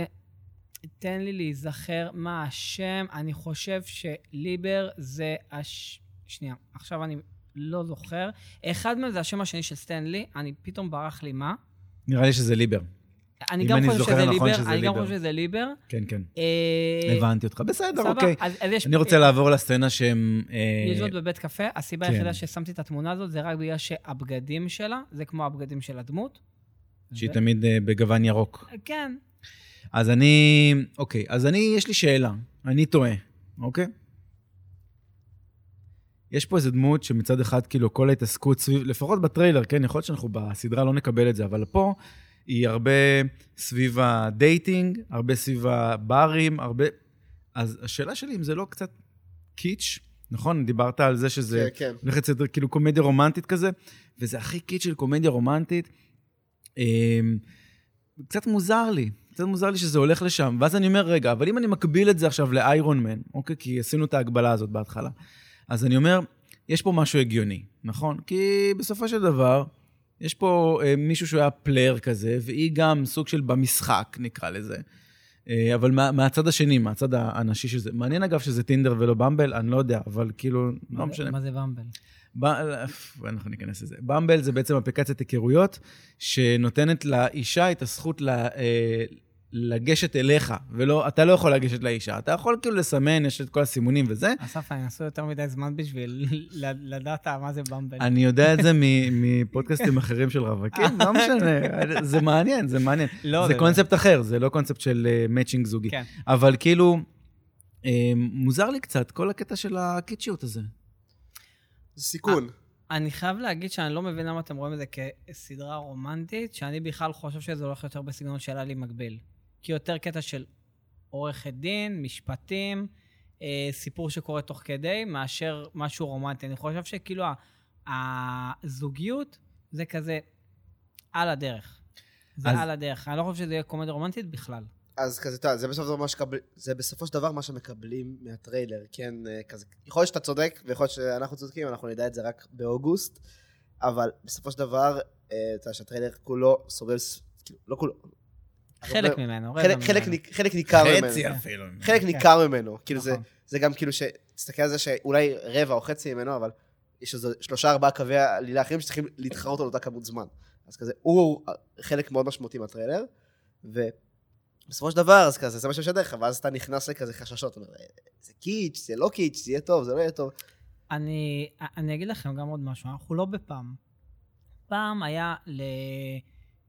B: תן לי להיזכר מה השם. אני חושב שליבר זה הש... שנייה, עכשיו אני לא זוכר. אחד מהם זה השם השני של סטנלי, אני פתאום ברח לי מה.
A: נראה לי שזה ליבר.
B: אני
A: אם
B: גם
A: אני
B: חושב
A: זוכר
B: שזה
A: נכון
B: ליבר,
A: שזה
B: אני גם
A: ליבר.
B: חושב שזה ליבר.
A: כן, כן.
B: אה,
A: הבנתי אותך. בסדר,
B: סבבה?
A: אוקיי.
B: אז- אז יש- אה,
A: אני רוצה לעבור לסצנה שהם... אה,
B: יושבות בבית קפה, הסיבה
A: כן.
B: היחידה ששמתי את התמונה הזאת זה רק בגלל שהבגדים שלה, זה כמו הבגדים של הדמות.
A: שהיא
B: ו-
A: תמיד אה, בגוון ירוק.
B: כן.
A: אז אני... אוקיי, אז אני, יש לי שאלה. אני טועה, אוקיי? יש פה איזו דמות שמצד אחד, כאילו, כל ההתעסקות סביב, לפחות בטריילר, כן? יכול להיות שאנחנו בסדרה לא נקבל את זה, אבל פה היא הרבה סביב הדייטינג, הרבה סביב הברים, הרבה... אז השאלה שלי אם זה לא קצת קיץ', נכון? דיברת על זה שזה...
C: כן, כן.
A: הולכת לסדר כאילו קומדיה רומנטית כזה, וזה הכי קיט של קומדיה רומנטית. אמ, קצת מוזר לי, קצת מוזר לי שזה הולך לשם. ואז אני אומר, רגע, אבל אם אני מקביל את זה עכשיו לאיירון מן, אוקיי? כי עשינו את ההגבלה הזאת בהתחלה. אז אני אומר, יש פה משהו הגיוני, נכון? כי בסופו של דבר, יש פה אה, מישהו שהוא היה פלייר כזה, והיא גם סוג של במשחק, נקרא לזה. אה, אבל מה, מהצד השני, מהצד הנשי של זה. מעניין אגב שזה טינדר ולא במבל, אני לא יודע, אבל כאילו, לא
B: מה זה-
A: משנה.
B: מה זה במבל?
A: ב... אף, אנחנו ניכנס לזה. במבל זה בעצם אפליקציית היכרויות שנותנת לאישה את הזכות ל... אה, לגשת אליך, ולא, אתה לא יכול לגשת לאישה. אתה יכול כאילו לסמן, יש את כל הסימונים וזה.
B: אסף, אני נשוי יותר מדי זמן בשביל ל- לדעת מה זה במבל.
A: אני יודע את זה מ- מפודקאסטים אחרים של רווקים, לא משנה, זה מעניין, זה מעניין.
B: לא,
A: זה קונספט אחר, זה לא קונספט של מאצ'ינג זוגי.
B: כן.
A: אבל כאילו, אה, מוזר לי קצת כל הקטע של הקיצ'יות הזה.
C: זה סיכון.
B: אני חייב להגיד שאני לא מבין למה אתם רואים את זה כסדרה רומנטית, שאני בכלל חושב שזה הולך יותר בסגנון של עלי מקביל. כי יותר קטע של עורכת דין, משפטים, אה, סיפור שקורה תוך כדי, מאשר משהו רומנטי. אני חושב שכאילו ה- הזוגיות זה כזה על הדרך. זה
A: אז-
B: על הדרך. אני לא חושב שזה יהיה קומדיה רומנטית בכלל.
C: אה, אז כזה, אתה יודע, זה בסופו של דבר מה שקבל- זה בסופו של דבר מה שמקבלים מהטריילר, כן, אה, כזה. יכול להיות שאתה צודק, ויכול להיות שאנחנו צודקים, אנחנו נדע את זה רק באוגוסט, אבל בסופו של דבר, אה, אתה יודע שהטריילר כולו סובב, ס- כאילו, לא כולו.
B: חלק
C: הרבה-
B: ממנו, רבע
C: חלק-
B: ממנו.
C: חלק ניק- חלק ניכר ממנו.
A: אפילו.
C: חלק
B: כן.
C: ניכר ממנו. כאילו זה,
B: נכון.
C: זה גם כאילו ש... תסתכל על זה שאולי רבע או חצי ממנו, אבל יש איזה שלושה ארבעה קווי עלילה אחרים שצריכים להתחרות על אותה כמות זמן. אז כזה, הוא חלק מאוד משמעותי מהטריילר, ובסופו של דבר, אז כזה, זה מה שמשדר לך, ואז אתה נכנס לכזה חששות, אתה אומר, "אה, זה קיץ', זה לא קיץ', זה יהיה טוב, זה לא יהיה טוב.
B: אני, אני אגיד לכם גם עוד משהו, אנחנו לא בפעם. פעם היה ל,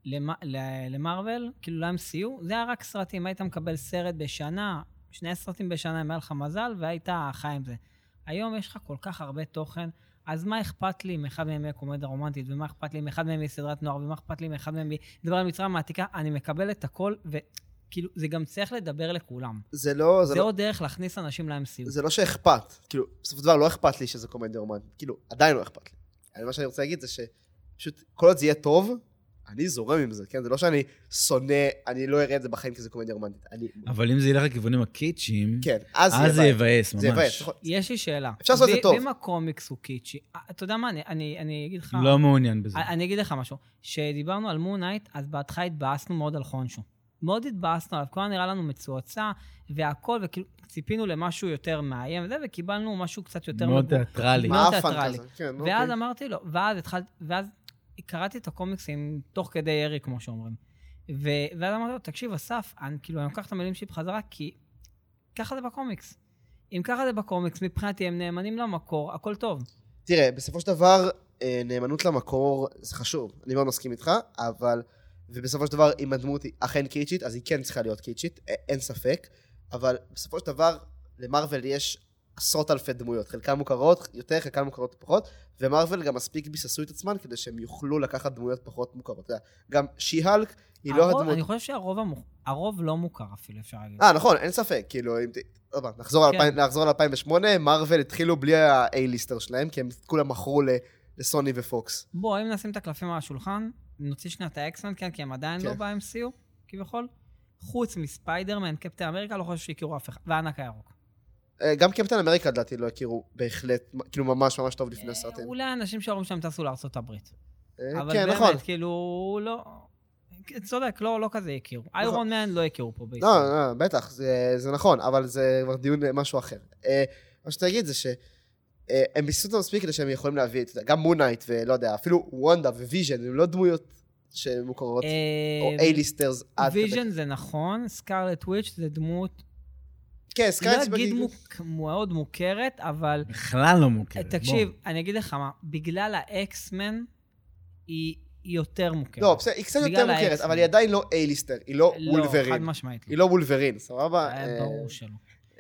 B: למ, ל, למרוול, כאילו ל-MCU, זה היה רק סרטים, היית מקבל סרט בשנה, שני סרטים בשנה, אם היה לך מזל, והיית חי עם זה. היום יש לך כל כך הרבה תוכן, אז מה אכפת לי אם אחד מהם יהיה קומדיה רומנטית, ומה אכפת לי אם אחד מהם יהיה סדרת נוער, ומה אכפת לי אם אחד מהם יהיה דבר על מצרים העתיקה, אני מקבל את הכל, וכאילו, זה גם צריך לדבר לכולם.
C: זה לא,
B: זה,
C: זה, לא,
B: עוד דרך להכניס אנשים ל-MCU.
C: זה לא שאכפת. כאילו, בסופו של דבר לא אכפת לי שזה קומדיה רומנטית. כאילו, עדיין לא אכפת לי. אבל מה שאני רוצה להגיד זה שפשוט, כל עוד זה יהיה טוב, אני זורם עם זה, כן? זה לא שאני שונא, אני לא אראה את זה בחיים כי זה קומדיה רומנטית. אני...
A: אבל אם זה ילך לכיוונים הקיצ'יים,
C: כן, אז
A: אז זה
C: זה יבאס.
A: יבאס, ממש.
C: זה יבאס, נכון.
B: יש לי שאלה.
C: אפשר לעשות את זה
B: ו-
C: טוב.
B: ואם הקומיקס הוא קיצ'י? אה, אתה יודע מה, אני, אני, אני אגיד לך...
A: לא מעוניין בזה.
B: אני אגיד לך משהו. כשדיברנו על מון נייט, אז בהתחלה התבאסנו מאוד על חונשו. מאוד התבאסנו עליו, כל הזמן נראה לנו מצועצע, והכל, וכאילו ציפינו למשהו יותר מאיים וזה, וקיבלנו משהו קצת יותר...
A: מאוד אה,
B: מגו-
A: תיאטרלי.
B: מאוד
C: מעפן
B: תיאטרלי.
C: כזה, כן,
B: ואז
C: אוקיי.
B: אמרתי לו, ואז התחלתי, ואז קראתי את הקומיקסים תוך כדי ירי, כמו שאומרים. ו- ואז אמרתי לו, תקשיב, אסף, אני כאילו, אני לוקח את המילים שלי בחזרה, כי ככה זה בקומיקס. אם ככה זה בקומיקס, מבחינתי הם נאמנים למקור, הכל טוב.
C: תראה, בסופו של דבר, אה, נאמנות למקור זה חשוב, אני מאוד מסכים איתך, אבל... ובסופו של דבר, אם הדמות היא אכן קיצ'ית, אז היא כן צריכה להיות קיצ'ית, א- אין ספק, אבל בסופו של דבר, למרוויל יש עשרות אלפי דמויות, חלקן מוכרות יותר, חלקן מוכרות פחות, ומרוויל גם מספיק ביססו את עצמן כדי שהם יוכלו לקחת דמויות פחות מוכרות. אתה יודע, גם שי-הלק היא לא
B: הרוב-
C: הדמות...
B: אה, אני חושב שהרוב המוכ... הרוב לא מוכר אפילו, אפשר להגיד.
C: אה, נכון, אין ספק, כאילו, אם... ת- עוד פעם, נחזור על
B: כן.
C: אלפיים- נחזור ל-2008, מרוויל התחילו בלי ה-A-ליסטר שלהם, כי הם כולם מכרו לסוני ופוקס.
B: בוא, אם נשים את הקלפים על השולחן, נוציא שנייה את האקסמן, כן, כי הם עדיין
C: כן.
B: לא ב-MCU, כביכול. חוץ מספיידרמן, קפטן אמריקה, לא חושב שהכירו אף אחד, והענק הירוק.
C: אה, גם קפטן אמריקה לדעתי לא הכירו בהחלט, מ- כאילו ממש ממש טוב
B: אה,
C: לפני הסרטים.
B: אולי אנשים שההורים שלהם טסו לארה"ב.
C: אה,
B: אבל
C: כן,
B: באמת,
C: נכון.
B: כאילו, לא... צודק, לא, לא כזה הכירו. איירון מן לא הכירו פה
C: לא,
B: בישראל.
C: לא, בטח, זה, זה נכון, אבל זה כבר דיון אה, משהו אחר. אה, מה שאתה אגיד זה שהם ביססו אותם מספיק כדי שהם יכולים להביא, אתה יודע, גם מונייט ולא לא יודע, אפילו וונדה וויז'ן, הם לא דמויות שמוכרות,
B: אה,
C: או אה, אייליסטרס עד כדי.
B: ויז'ן זה נכון, סקארלט וויץ' זה דמות,
C: כן,
B: לא
C: סקארלט
B: אגיד
C: בגיל-
B: מוק- מאוד מוכרת, אבל אה,
A: בכלל לא מוכרת.
B: תקשיב,
A: בוא.
B: אני אגיד לך מה, בגלל האקסמן היא היא יותר מוכרת.
C: לא, בסדר, היא קצת
B: בגלל
C: יותר מוכרת,
B: האקסמן.
C: אבל היא עדיין לא אייליסטר, היא לא
B: לא, חד
C: וולברין.
B: משמעית.
C: היא לא וולברין, סבבה?
B: אה,
C: אה,
B: ברור שלא.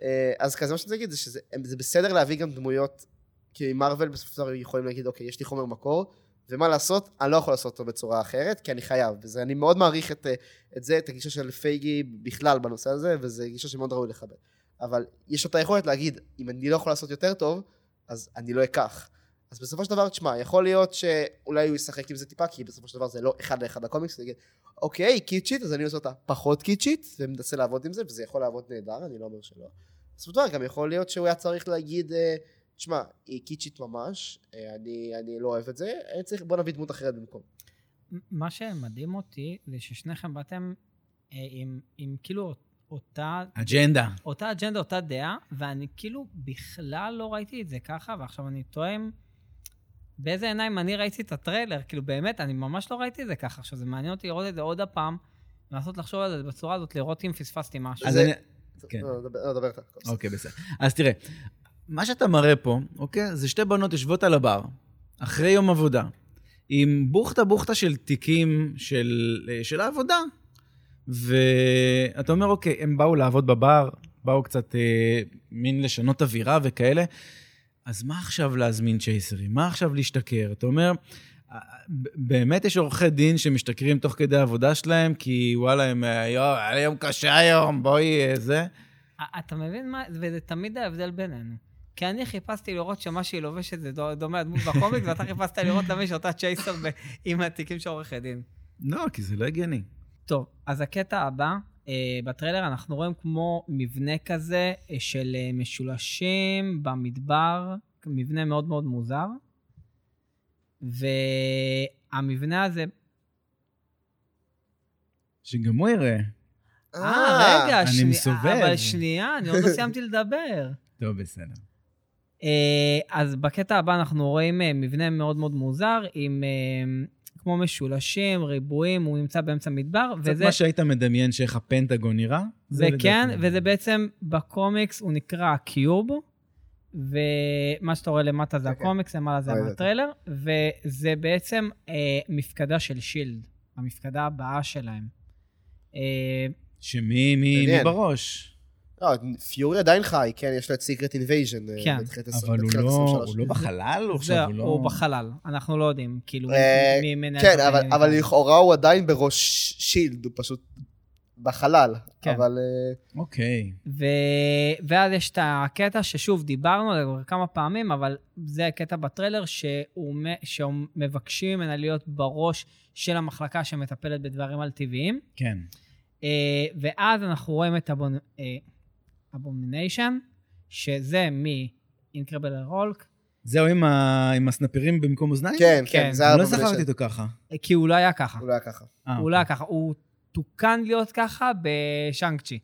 C: אה, אז כזה מה שאני רוצה להגיד זה שזה הם- זה בסדר להביא גם דמויות, כי מרוויל בסופו של דבר יכולים להגיד, אוקיי, יש לי חומר מקור, ומה לעשות, אני לא יכול לעשות אותו בצורה אחרת, כי אני חייב. וזה, אני מאוד מעריך את, אה, את זה, את הגישה של פייגי בכלל בנושא הזה, וזו גישה שמאוד ראוי לכבד. אבל יש לו את היכולת להגיד, אם אני לא יכול לעשות יותר טוב, אז אני לא אקח. אז בסופו של דבר, תשמע, יכול להיות שאולי הוא ישחק עם זה טיפה, כי בסופו של דבר זה לא אחד לאחד הקומיקס, הוא יגיד, אוקיי, היא קיצ'ית, אז אני עושה אותה פחות קיצ'ית, ומנסה לעבוד עם זה, וזה יכול לעבוד נהדר, אני לא אומר שלא. בסופו של דבר, גם יכול להיות שהוא היה צריך להגיד, אה, תשמע, היא קיצ'ית ממש, אה, אני, אני לא אוהב את זה, אני צריך, בוא נביא דמות אחרת במקום.
B: מה שמדהים אותי זה ששניכם באתם אה, עם- עם כאילו אותה
A: אג'נדה.
B: אותה אג'נדה, אותה דעה, ואני כאילו בכלל לא ראיתי את זה ככה, ועכשיו אני טועם באיזה עיניים אני ראיתי את הטריילר, כאילו באמת, אני ממש לא ראיתי את זה ככה. עכשיו, זה מעניין אותי לראות את זה עוד הפעם, לנסות לחשוב על זה בצורה הזאת, לראות אם פספסתי משהו.
A: אז
C: זה-
A: אני... כן.
C: כן. לא, דבר- לא, דבר איתה.
A: אוקיי, בסדר. אז תראה, מה שאתה מראה פה, אוקיי, זה שתי בנות יושבות על הבר, אחרי יום עבודה, עם בוכטה בוכטה של תיקים של, אה, של העבודה, ואתה אומר, אוקיי, הם באו לעבוד בבר, באו קצת אה, מין לשנות אווירה וכאלה, אז מה עכשיו להזמין צ'ייסרים? מה עכשיו להשתכר? אתה אומר, אה, ב- באמת יש עורכי דין שמשתכרים תוך כדי העבודה שלהם, כי וואלה, הם, אה, יואו, היה לי יום קשה היום, בואי, אה, זה.
B: א- אתה מבין מה? וזה תמיד ההבדל בינינו. כי אני חיפשתי לראות שמה שהיא לובשת זה דו- דומה לדמות בקומיקס, ואתה חיפשת לראות למה יש אותה צ'ייסר ב- עם התיקים של עורכי דין.
A: לא, כי זה לא הגיוני.
B: טוב, אז הקטע הבא, אה, בטריילר אנחנו רואים כמו מבנה כזה אה, של אה, משולשים במדבר, מבנה מאוד מאוד מוזר, והמבנה הזה...
A: שגם הוא יראה.
B: אה, רגע,
A: אני
B: שנייה,
A: מסובב.
B: אבל שנייה, אני עוד לא סיימתי לדבר.
A: טוב, בסדר.
B: אה, אז בקטע הבא אנחנו רואים אה, מבנה מאוד מאוד מוזר, עם אה, כמו משולשים, ריבועים, הוא נמצא באמצע מדבר,
A: וזה...
B: וזה...
A: מה שהיית מדמיין שאיך הפנטגון נראה? זה
B: וכן,
A: לדעתי.
B: כן, וזה בעצם, בקומיקס הוא נקרא הקיוב, ומה שאתה רואה למטה זה
A: כן.
C: אוקיי.
B: הקומיקס, למעלה זה
C: לא ידעתי.
B: הטריילר, וזה בעצם אה, מפקדה של שילד, המפקדה הבאה שלהם. אה,
A: שמי מי, מי
C: מעניין.
A: בראש?
C: לא, פיורי עדיין חי, כן, יש לו את אה, סיקרט אינבייז'ן.
B: כן.
A: אבל הוא לא, הוא לא בחלל, הוא
B: זה,
A: עכשיו, הוא לא...
B: הוא בחלל, אנחנו לא יודעים, כאילו,
C: אה,
B: מי מנהל...
C: כן,
B: את
C: אבל-
B: העניינים.
C: אבל לכאורה הוא עדיין בראש שילד, הוא פשוט בחלל.
B: כן.
C: אבל אה,
A: אוקיי.
B: ו... ואז יש את הקטע ששוב, דיברנו עליו כבר כמה פעמים, אבל זה הקטע בטריילר שהוא... מ- שמבקשים ממנה להיות בראש של המחלקה שמטפלת בדברים על טבעיים.
A: כן.
B: אה, ואז אנחנו רואים את אבומיניישן, שזה מ-Incredible Hulk,
A: זהו, עם, ה... עם הסנפירים במקום אוזניים?
C: כן,
B: כן,
C: כן, זה
A: אני לא
C: הבמבלי
A: זכרתי
C: של-
A: אותו ככה.
B: אה, כי הוא לא היה ככה.
C: הוא לא היה ככה.
A: אה,
B: הוא לא היה ככה, הוא תוקן להיות ככה בשאנק צ'י.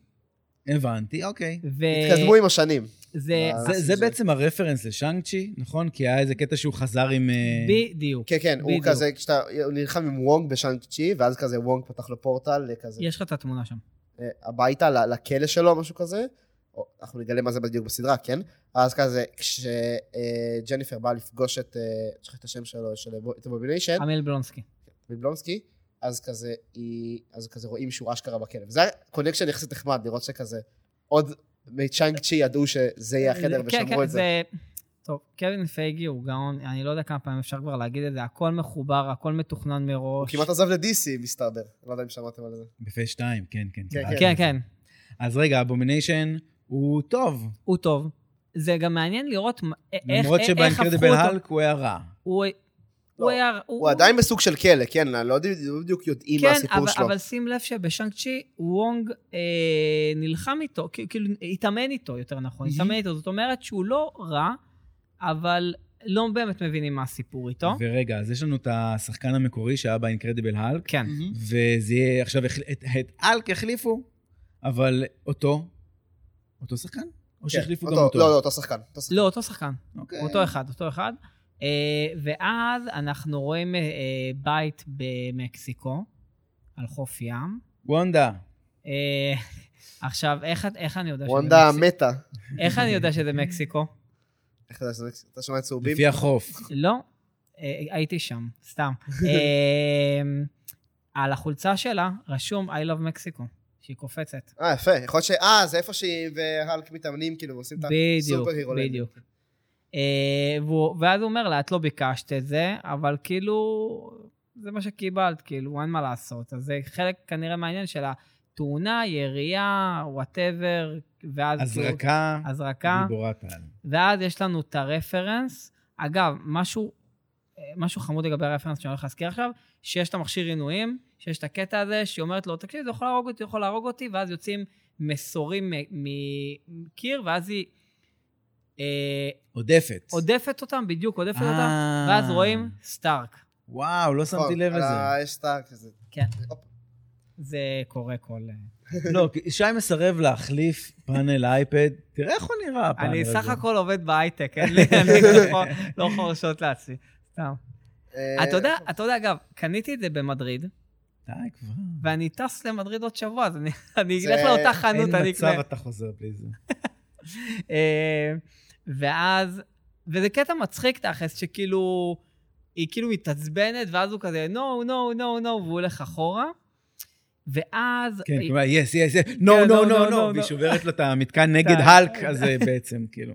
A: הבנתי, אוקיי.
C: התקדמו עם אה, השנים.
B: וזה
C: מה?
A: זה, זה
C: זה-
A: בעצם הרפרנס לשאנג צ'י, נכון? כי היה איזה קטע שהוא חזר עם... אה,
B: בדיוק.
C: כן, כן, הוא
B: בדיוק.
C: כזה, כשאתה, הוא נלחם עם וונג בשאנק צ'י, ואז כזה וונג פתח לו פורטל, אה, כזה,
B: יש לך את התמונה שם.
C: אה, הביתה, ל- לכלא שלו, משהו כזה. או, אנחנו נגלה מה זה בדיוק בסדרה, כן? אז כזה, כשג'ניפר באה לפגוש את, אה, שכחתי את השם שלו, של הבו- את הבוביניישן,
B: עמיל בלונסקי.
C: מבלונסקי, אז כזה, היא, אז כזה רואים שהוא אשכרה בכלא. וזה היה קונקשן יחסית נחמד, לראות שכזה, עוד מצ'אנק צ'י ידעו שזה יהיה החדר,
B: כן,
C: ושמרו
B: כן,
C: את זה.
B: זה- טוב, קווין פייגי הוא גאון, אני לא יודע כמה פעמים אפשר כבר להגיד את זה, הכל מחובר, הכל מתוכנן
C: הוא
B: מראש.
C: כמעט עזב לדיסי, מסתבר. לא יודע אם שמעתם על זה.
A: בפייס 2, כן, כן. קראתי.
B: כן, כן.
A: אז רגע, אבומיניישן הוא טוב,
B: הוא טוב. זה גם מעניין לראות מה- איך,
A: למרות
B: איך- איך הפכו
A: שבאינקרדיבל
B: אותו.
A: הלק הוא היה רע.
B: הוא, הוא היה...
C: לא, הוא עדיין בסוג של כלא, כן, לא יודע- לא בדיוק יודעים מה
B: כן,
C: הסיפור
B: אבל-
C: שלו.
B: אבל שים לב שבשאנג צ'י, וונג אה, נלחם איתו, כאילו- כאילו, התאמן איתו, יותר נכון,
A: Mhm.
B: התאמן איתו. זאת אומרת שהוא לא רע, אבל לא באמת מבינים מה הסיפור איתו.
A: ורגע, אז יש לנו את השחקן המקורי שהיה באינקרדיבל האלק,
B: כן.
A: וזה יהיה עכשיו, החל- את- את האלק החליפו, אבל אותו, אותו שחקן?
B: כן,
A: או שהחליפו גם אותו?
C: לא, לא, אותו שחקן. אותו שחקן.
B: לא, אותו שחקן.
A: אוקיי.
B: אותו אחד, אותו אחד. אה, ואז אנחנו רואים אה, אה, בית במקסיקו, על חוף ים.
A: וונדה.
B: אה, עכשיו, איך, את- איך לא, אני יודע שזה
C: וונדה
B: מקסיקו?
C: מתה.
B: איך אני יודע שזה מקסיקו?
C: איך אתה יודע שזה מקסיקו? אתה שומע צהובים?
A: לפי החוף.
B: לא, אה, הייתי שם, סתם. אה, על החולצה שלה רשום I love Mexico, שהיא קופצת.
C: אה, יפה. יכול להיות ש... אה, זה איפה שהיא והלק מתאמנים, כאילו, ועושים את
B: בדיוק,
C: הסופר-הירו. לנד.
B: בדיוק. אה, והוא- ואז הוא אומר לה, את לא ביקשת את זה, אבל כאילו, זה מה שקיבלת, כאילו, אין מה לעשות. אז זה חלק כנראה מעניין של התאונה, ירייה, וואטאבר, ואז... כאילו-
A: הזרקה,
B: הזרקה.
A: גיבורת על.
B: ואז יש לנו את הרפרנס. אגב, משהו, אה, משהו חמוד לגבי הרפרנס שאני הולך להזכיר עכשיו, שיש את המכשיר עינויים, שיש את הקטע הזה, שהיא אומרת לו, תקשיב, זה יכול להרוג אותי, יכול להרוג אותי, ואז יוצאים מסורים מ- מ- מקיר, ואז היא אה,
A: עודפת.
B: עודפת אותם, בדיוק עודפת
A: אה.
B: אותם, ואז רואים סטארק.
A: וואו, לא שמתי
C: נכון,
A: לב
C: על
A: לזה.
C: ה- יש סטארק כזה.
B: כן.
C: הופ.
B: זה קורה כל... אה,
A: לא, כי שי מסרב להחליף פאנל אייפד. תראה איך הוא נראה הפאנל
B: אני
A: הזה.
B: סך הכל עובד בהייטק, אין לי, אני לא יכול- לא חורשות לעצמי, סתם.
C: אה,
B: אתה יודע, אתה יודע, אגב, קניתי את זה במדריד,
A: די כבר.
B: ואני טס למדריד עוד שבוע, אז אני- אני
C: זה-
B: אלך לאותה
A: אין
B: חנות, אני
A: מצב
B: אקנה.
A: אתה חוזר בלי זה.
B: אה, ואז, וזה קטע מצחיק תכלס, שכאילו, היא כאילו מתעצבנת, ואז הוא כזה, no, no, no, no, והוא הולך אחורה, ואז... אה,
A: כן,
B: היא-
A: כלומר, יס, יס, יס,
B: כן,
A: נו, נו,
B: no,
A: נו,
B: no,
A: נו,
B: no,
A: והיא
B: no.
A: שוברת לו את המתקן נגד
B: די.
A: האלק הזה בעצם, כאילו.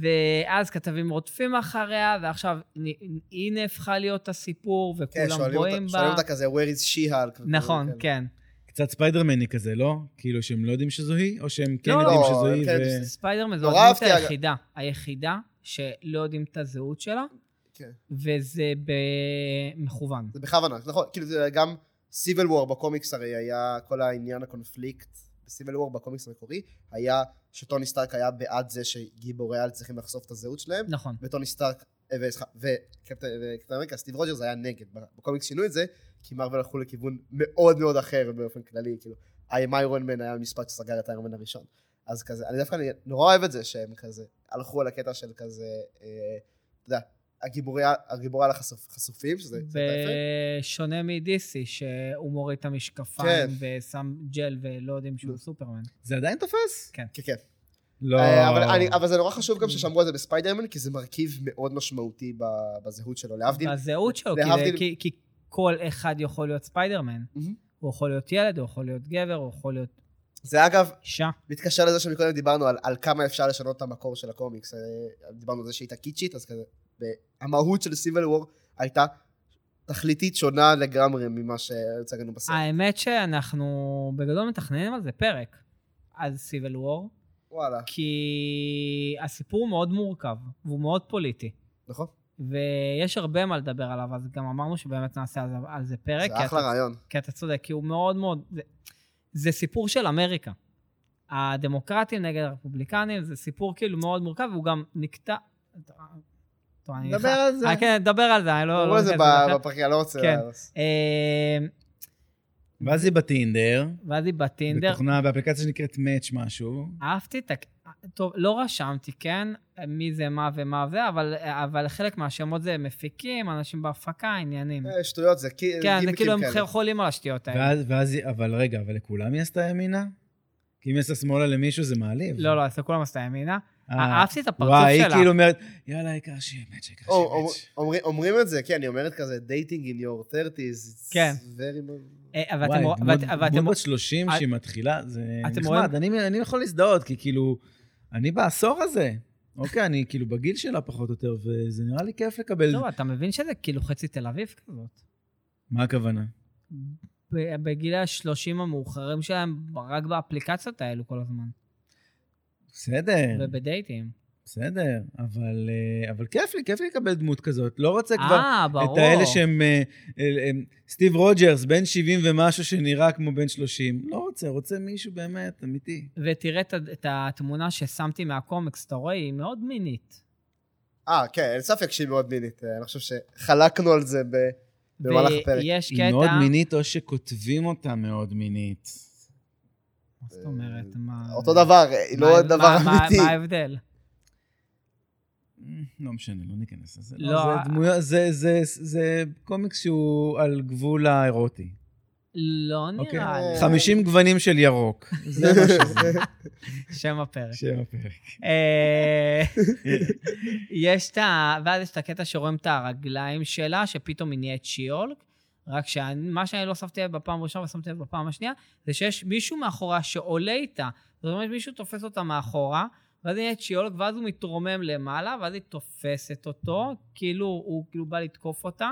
B: ואז כתבים רודפים אחריה, ועכשיו נ- היא נהפכה להיות הסיפור,
C: כן,
B: וכולם
C: שואלים
B: בואים
C: אותה-
B: בה.
C: שואלים אותה כזה, where is she-Hulk?
B: נכון,
C: וכאלה.
B: כן.
A: קצת ספיידרמני כזה, לא? כאילו שהם לא יודעים שזו היא, או שהם כן
B: לא,
A: יודעים
C: לא,
A: שזו
C: הם
A: היא,
C: כן
A: ו-
C: יודעים
B: ספיידרמן זו
C: נורא
B: הדמות
C: אהבתי, אגב.
B: היחידה, היחידה שלא יודעים את הזהות שלה,
C: כן.
B: וזה במכוון.
C: זה בכוונה, נכון, כאילו זה גם סיבל וור בקומיקס הרי היה כל העניין הקונפליקט בסיבל וור בקומיקס המקורי היה שטוני סטארק היה בעד זה שגיבורי על צריכים לחשוף את הזהות שלהם
B: נכון.
C: וטוני סטארק אה, וסליחה, וקפטן וקפטן אמריקה סטיב רוג'רס היה נגד בקומיקס שינו את זה כי מרוויל הלכו לכיוון מאוד מאוד אחר באופן כללי כאילו I'm איירון מן היה המשפט שסגר את איירון מן הראשון אז כזה אני דווקא אני נורא אוהב את זה שהם כזה הלכו על הקטע של כזה אה, אתה יודע הגיבורי על- הגיבורי על החשופ- חשופים שזה זה יפה.
B: בשונה מ-DC, שהוא מוריד את המשקפיים
C: כן.
B: ושם ג'ל ולא יודעים שהוא סופרמן.
A: זה עדיין תופס?
B: כן.
C: כן, כן.
A: לא.
C: אה, אבל, אני, אבל זה נורא חשוב גם ששמרו על זה בספיידרמן, כי זה מרכיב מאוד משמעותי ב- בזהות שלו, להבדיל.
B: הזהות שלו, כי זה-
C: להבדיל-
B: כי- כי כל אחד יכול להיות ספיידרמן.
C: מהמם.
B: הוא יכול להיות ילד, הוא יכול להיות גבר, הוא יכול להיות
C: זה אגב,
B: אישה.
C: מתקשר לזה שמקודם דיברנו על, על כמה אפשר לשנות את המקור של הקומיקס. אה, דיברנו על זה שהייתה קיצ'ית, אז כזה... המהות של סיבל וור הייתה תכליתית שונה לגמרי ממה שהצגנו בסרט.
B: האמת שאנחנו בגדול מתכננים על זה פרק, על סיבל וור.
C: וואלה,
B: כי הסיפור הוא מאוד מורכב, והוא מאוד פוליטי.
C: נכון?
B: ויש הרבה מה לדבר עליו, אז גם אמרנו שבאמת נעשה על זה, על זה פרק.
C: זה
B: כי
C: אחלה
B: אתה,
C: רעיון.
B: כי אתה צודק, כי הוא מאוד מאוד... זה, זה סיפור של אמריקה. הדמוקרטים נגד הרפובליקנים, זה סיפור כאילו מאוד מורכב, והוא גם נקטע... טוב, אני
A: נדבר
B: נכנס-
A: על זה.
B: אה, כן, נדבר על זה, אני לא...
C: אמרו
B: לא
C: את זה
B: נכנס לזה.
C: בפרק, אני לא רוצה...
B: כן.
C: להרוס.
B: אה,
A: ואז היא בטינדר,
B: ואז היא בטינדר,
A: בתוכנה, באפליקציה שנקראת מאץ' משהו.
B: אהבתי את ה... טוב, לא רשמתי, כן? מי זה מה ומה זה, אבל, אבל חלק מהשמות זה מפיקים, אנשים בהפקה, עניינים.
C: אה, שטויות, זה קי-
B: כן, זה
C: גימיקים
B: כאילו
C: כאלה.
B: הם חולים על השטויות האלה.
A: ואז, ואז היא, אבל רגע, אבל לכולם היא עשתה ימינה? כי אם היא עשתה שמאלה למישהו זה מעליב.
B: לא, לא, אצל כולם עשתה ימינה.
A: אה,
B: אהבתי את הפרצוף
A: וואי, היא
B: שלה.
A: כאילו אומרת, יאללה, העיקר שיהיה מאץ', העיקר
C: או,
A: שיהיה מאץ'.
C: אומר- אומרים- אומרים את זה, כן, היא אומרת כזה, dating in your 30's.
B: כן.
C: it's very much-
B: אה, אבל
A: וואי,
B: אתם-
A: דמות-
B: ואת- אבל אתם-
A: דמות בת 30
B: את-
A: שהיא מתחילה, זה
B: אתם
A: נחמד. אני- אני יכול להזדהות, כי כאילו, אני בעשור הזה. אוקיי, אני כאילו בגיל שלה פחות או יותר, וזה נראה לי כיף לקבל...
B: לא, אתה מבין שזה כאילו חצי תל אביב כזאת.
A: מה הכוונה?
B: ב- בגיל השלושים המאוחרים שלהם, רק באפליקציות האלו כל הזמן.
A: בסדר.
B: ובדייטים.
A: בסדר, אבל, אה, אבל כיף לי, כיף לי לקבל דמות כזאת. לא רוצה כבר
B: אה, ברור.
A: את האלה שהם... אה, אה, הם- סטיב רוג'רס, בן 70 ומשהו שנראה כמו בן 30. לא רוצה, רוצה מישהו באמת אמיתי.
B: ותראה את ה- את התמונה ששמתי מהקומיקס, אתה רואה? היא מאוד מינית.
C: אה, כן, אין ספק שהיא מאוד מינית. אה, אני חושב שחלקנו על זה ב... במהלך הפרק.
B: ויש קטע...
A: היא מאוד מינית, או שכותבים אותה מאוד מינית.
B: מה זאת אומרת? מה...
C: אותו דבר, אה, היא לא
B: מה-
C: דבר
B: מה- מה-
C: אמיתי.
B: מה ההבדל?
A: לא משנה, לא ניכנס לזה.
B: לא,
A: לא, זה דמויות- זה- זה- זה קומיקס שהוא על גבול האירוטי.
B: לא
A: אוקיי.
B: נראה לי.
A: 50 גוונים של ירוק. זה מה שזה.
C: אה.
B: שם הפרק.
A: שם הפרק.
B: אה, יש את ה... ואז יש את הקטע שרואים את הרגליים שלה, שפתאום היא נהיית שיולק, רק שמה שאני לא שמתי לב בפעם הראשונה ושמתי לב בפעם השנייה, זה שיש מישהו מאחורה שעולה איתה. זאת אומרת, מישהו תופס אותה מאחורה, ואז היא נהיית שיולק, ואז הוא מתרומם למעלה, ואז היא תופסת אותו, כאילו הוא כאילו בא לתקוף אותה,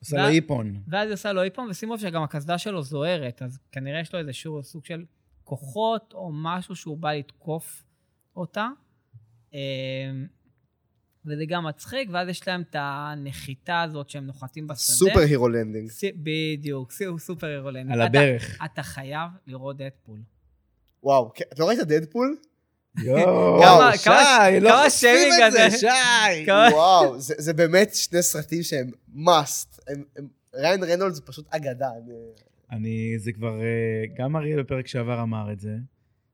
A: עושה לו איפון.
B: ואז היא עושה לו איפון, ושימו לב שגם הקסדה שלו זוהרת, אז כנראה יש לו איזשהו סוג של כוחות, או משהו שהוא בא לתקוף אותה. אמ, וזה גם מצחיק, ואז יש להם את הנחיתה הזאת שהם נוחתים בשדה.
C: סופר הירו לנדינג.
B: ס- בדיוק, ס- הוא סופר הירולנד.
A: על הברך.
B: אתה חייב לראות דדפול.
C: וואו, כן, את לא ראית דדפול?
A: יואו,
B: כמה-
A: שי,
B: כמה-
A: לא
B: כמה
A: חושפים
B: שיימינג
A: את זה,
B: הזה.
A: שי.
B: כמה-
C: וואו, זה זה באמת שני סרטים שהם must. הם- הם- ריין רנולדס הוא פשוט אגדה. אני-
A: אני, זה כבר, אה, גם אריאל בפרק שעבר אמר את זה,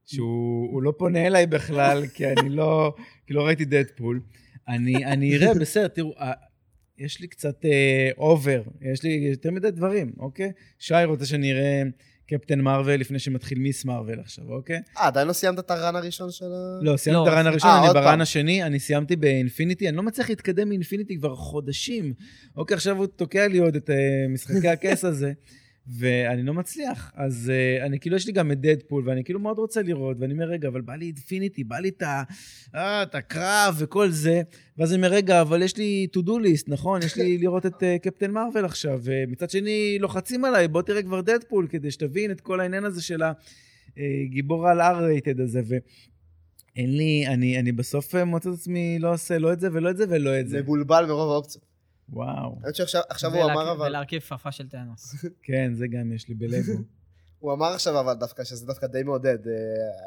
A: שהוא הוא לא פונה אליי בכלל, כי אני לא, כי לא ראיתי דדפול. אני אני אראה, בסדר, תראו, אה, יש לי קצת אובר, יש לי יותר מדי דברים, אוקיי? שי רוצה שאני אראה קפטן מרוויל לפני שמתחיל מיס מרוויל עכשיו, אוקיי?
C: אה, עדיין לא סיימת את הרן הראשון של ה...
A: לא, סיימתי
B: לא,
A: את הרן
B: אז-
A: הראשון,
C: אה,
A: אני
C: עוד
A: ברן
C: פעם.
A: השני, אני סיימתי באינפיניטי, אני לא מצליח להתקדם מאינפיניטי כבר חודשים. אוקיי, עכשיו הוא תוקע לי עוד את אה, משחקי הכס הזה, ואני לא מצליח. אז אה, אני כאילו, יש לי גם את דדפול, ואני כאילו מאוד רוצה לראות, ואני אומר, רגע, אבל בא לי אינפיניטי, בא לי את ה- אה, את הקרב וכל זה, ואז אני אומר, רגע, אבל יש לי to do list, נכון? יש לי לראות את אה, קפטן מרוויל עכשיו, ומצד שני לוחצים עליי, בוא תראה כבר דדפול, כדי שתבין את כל העניין הזה של ה... אה, גיבור על R-rated הזה, ואין לי, אני, אני בסוף אה, מוצא את עצמי לא עושה לא את זה ולא את זה ולא את זה.
C: מבולבל מרוב האופציות.
A: וואו,
C: האמת שעכשיו עכשיו הוא
B: ולה-
C: אמר אבל...
B: ולהרכיב כפפה של טאנוס.
A: כן, זה גם יש לי בלגו.
C: הוא אמר עכשיו אבל דווקא, שזה דווקא די מעודד. אה,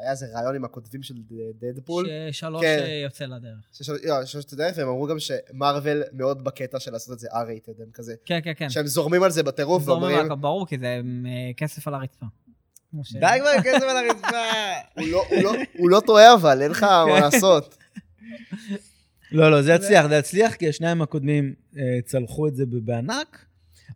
C: היה איזה רעיון עם הכותבים של ד- דדפול.
B: ששלוש
C: כן.
B: אה, יוצא לדרך.
C: שיש לא, שיש את הדרך, והם אמרו גם שמרוויל מאוד בקטע של לעשות את זה R-rated, הם כזה,
B: כן, כן, כן.
C: שהם זורמים על זה בטירוף
B: זורמים
C: ואומרים,
B: רק- ברור, כי זה אה, כסף על הרצפה. כמו ש-
A: די כבר, כסף על הרצפה!
C: "הוא לא- הוא לא- הוא לא טועה אבל, אין לך
B: כן.
C: מה לעשות.
A: לא, לא, זה יצליח, זה יצליח, כי השניים הקודמים אה, צלחו את זה ב- בענק.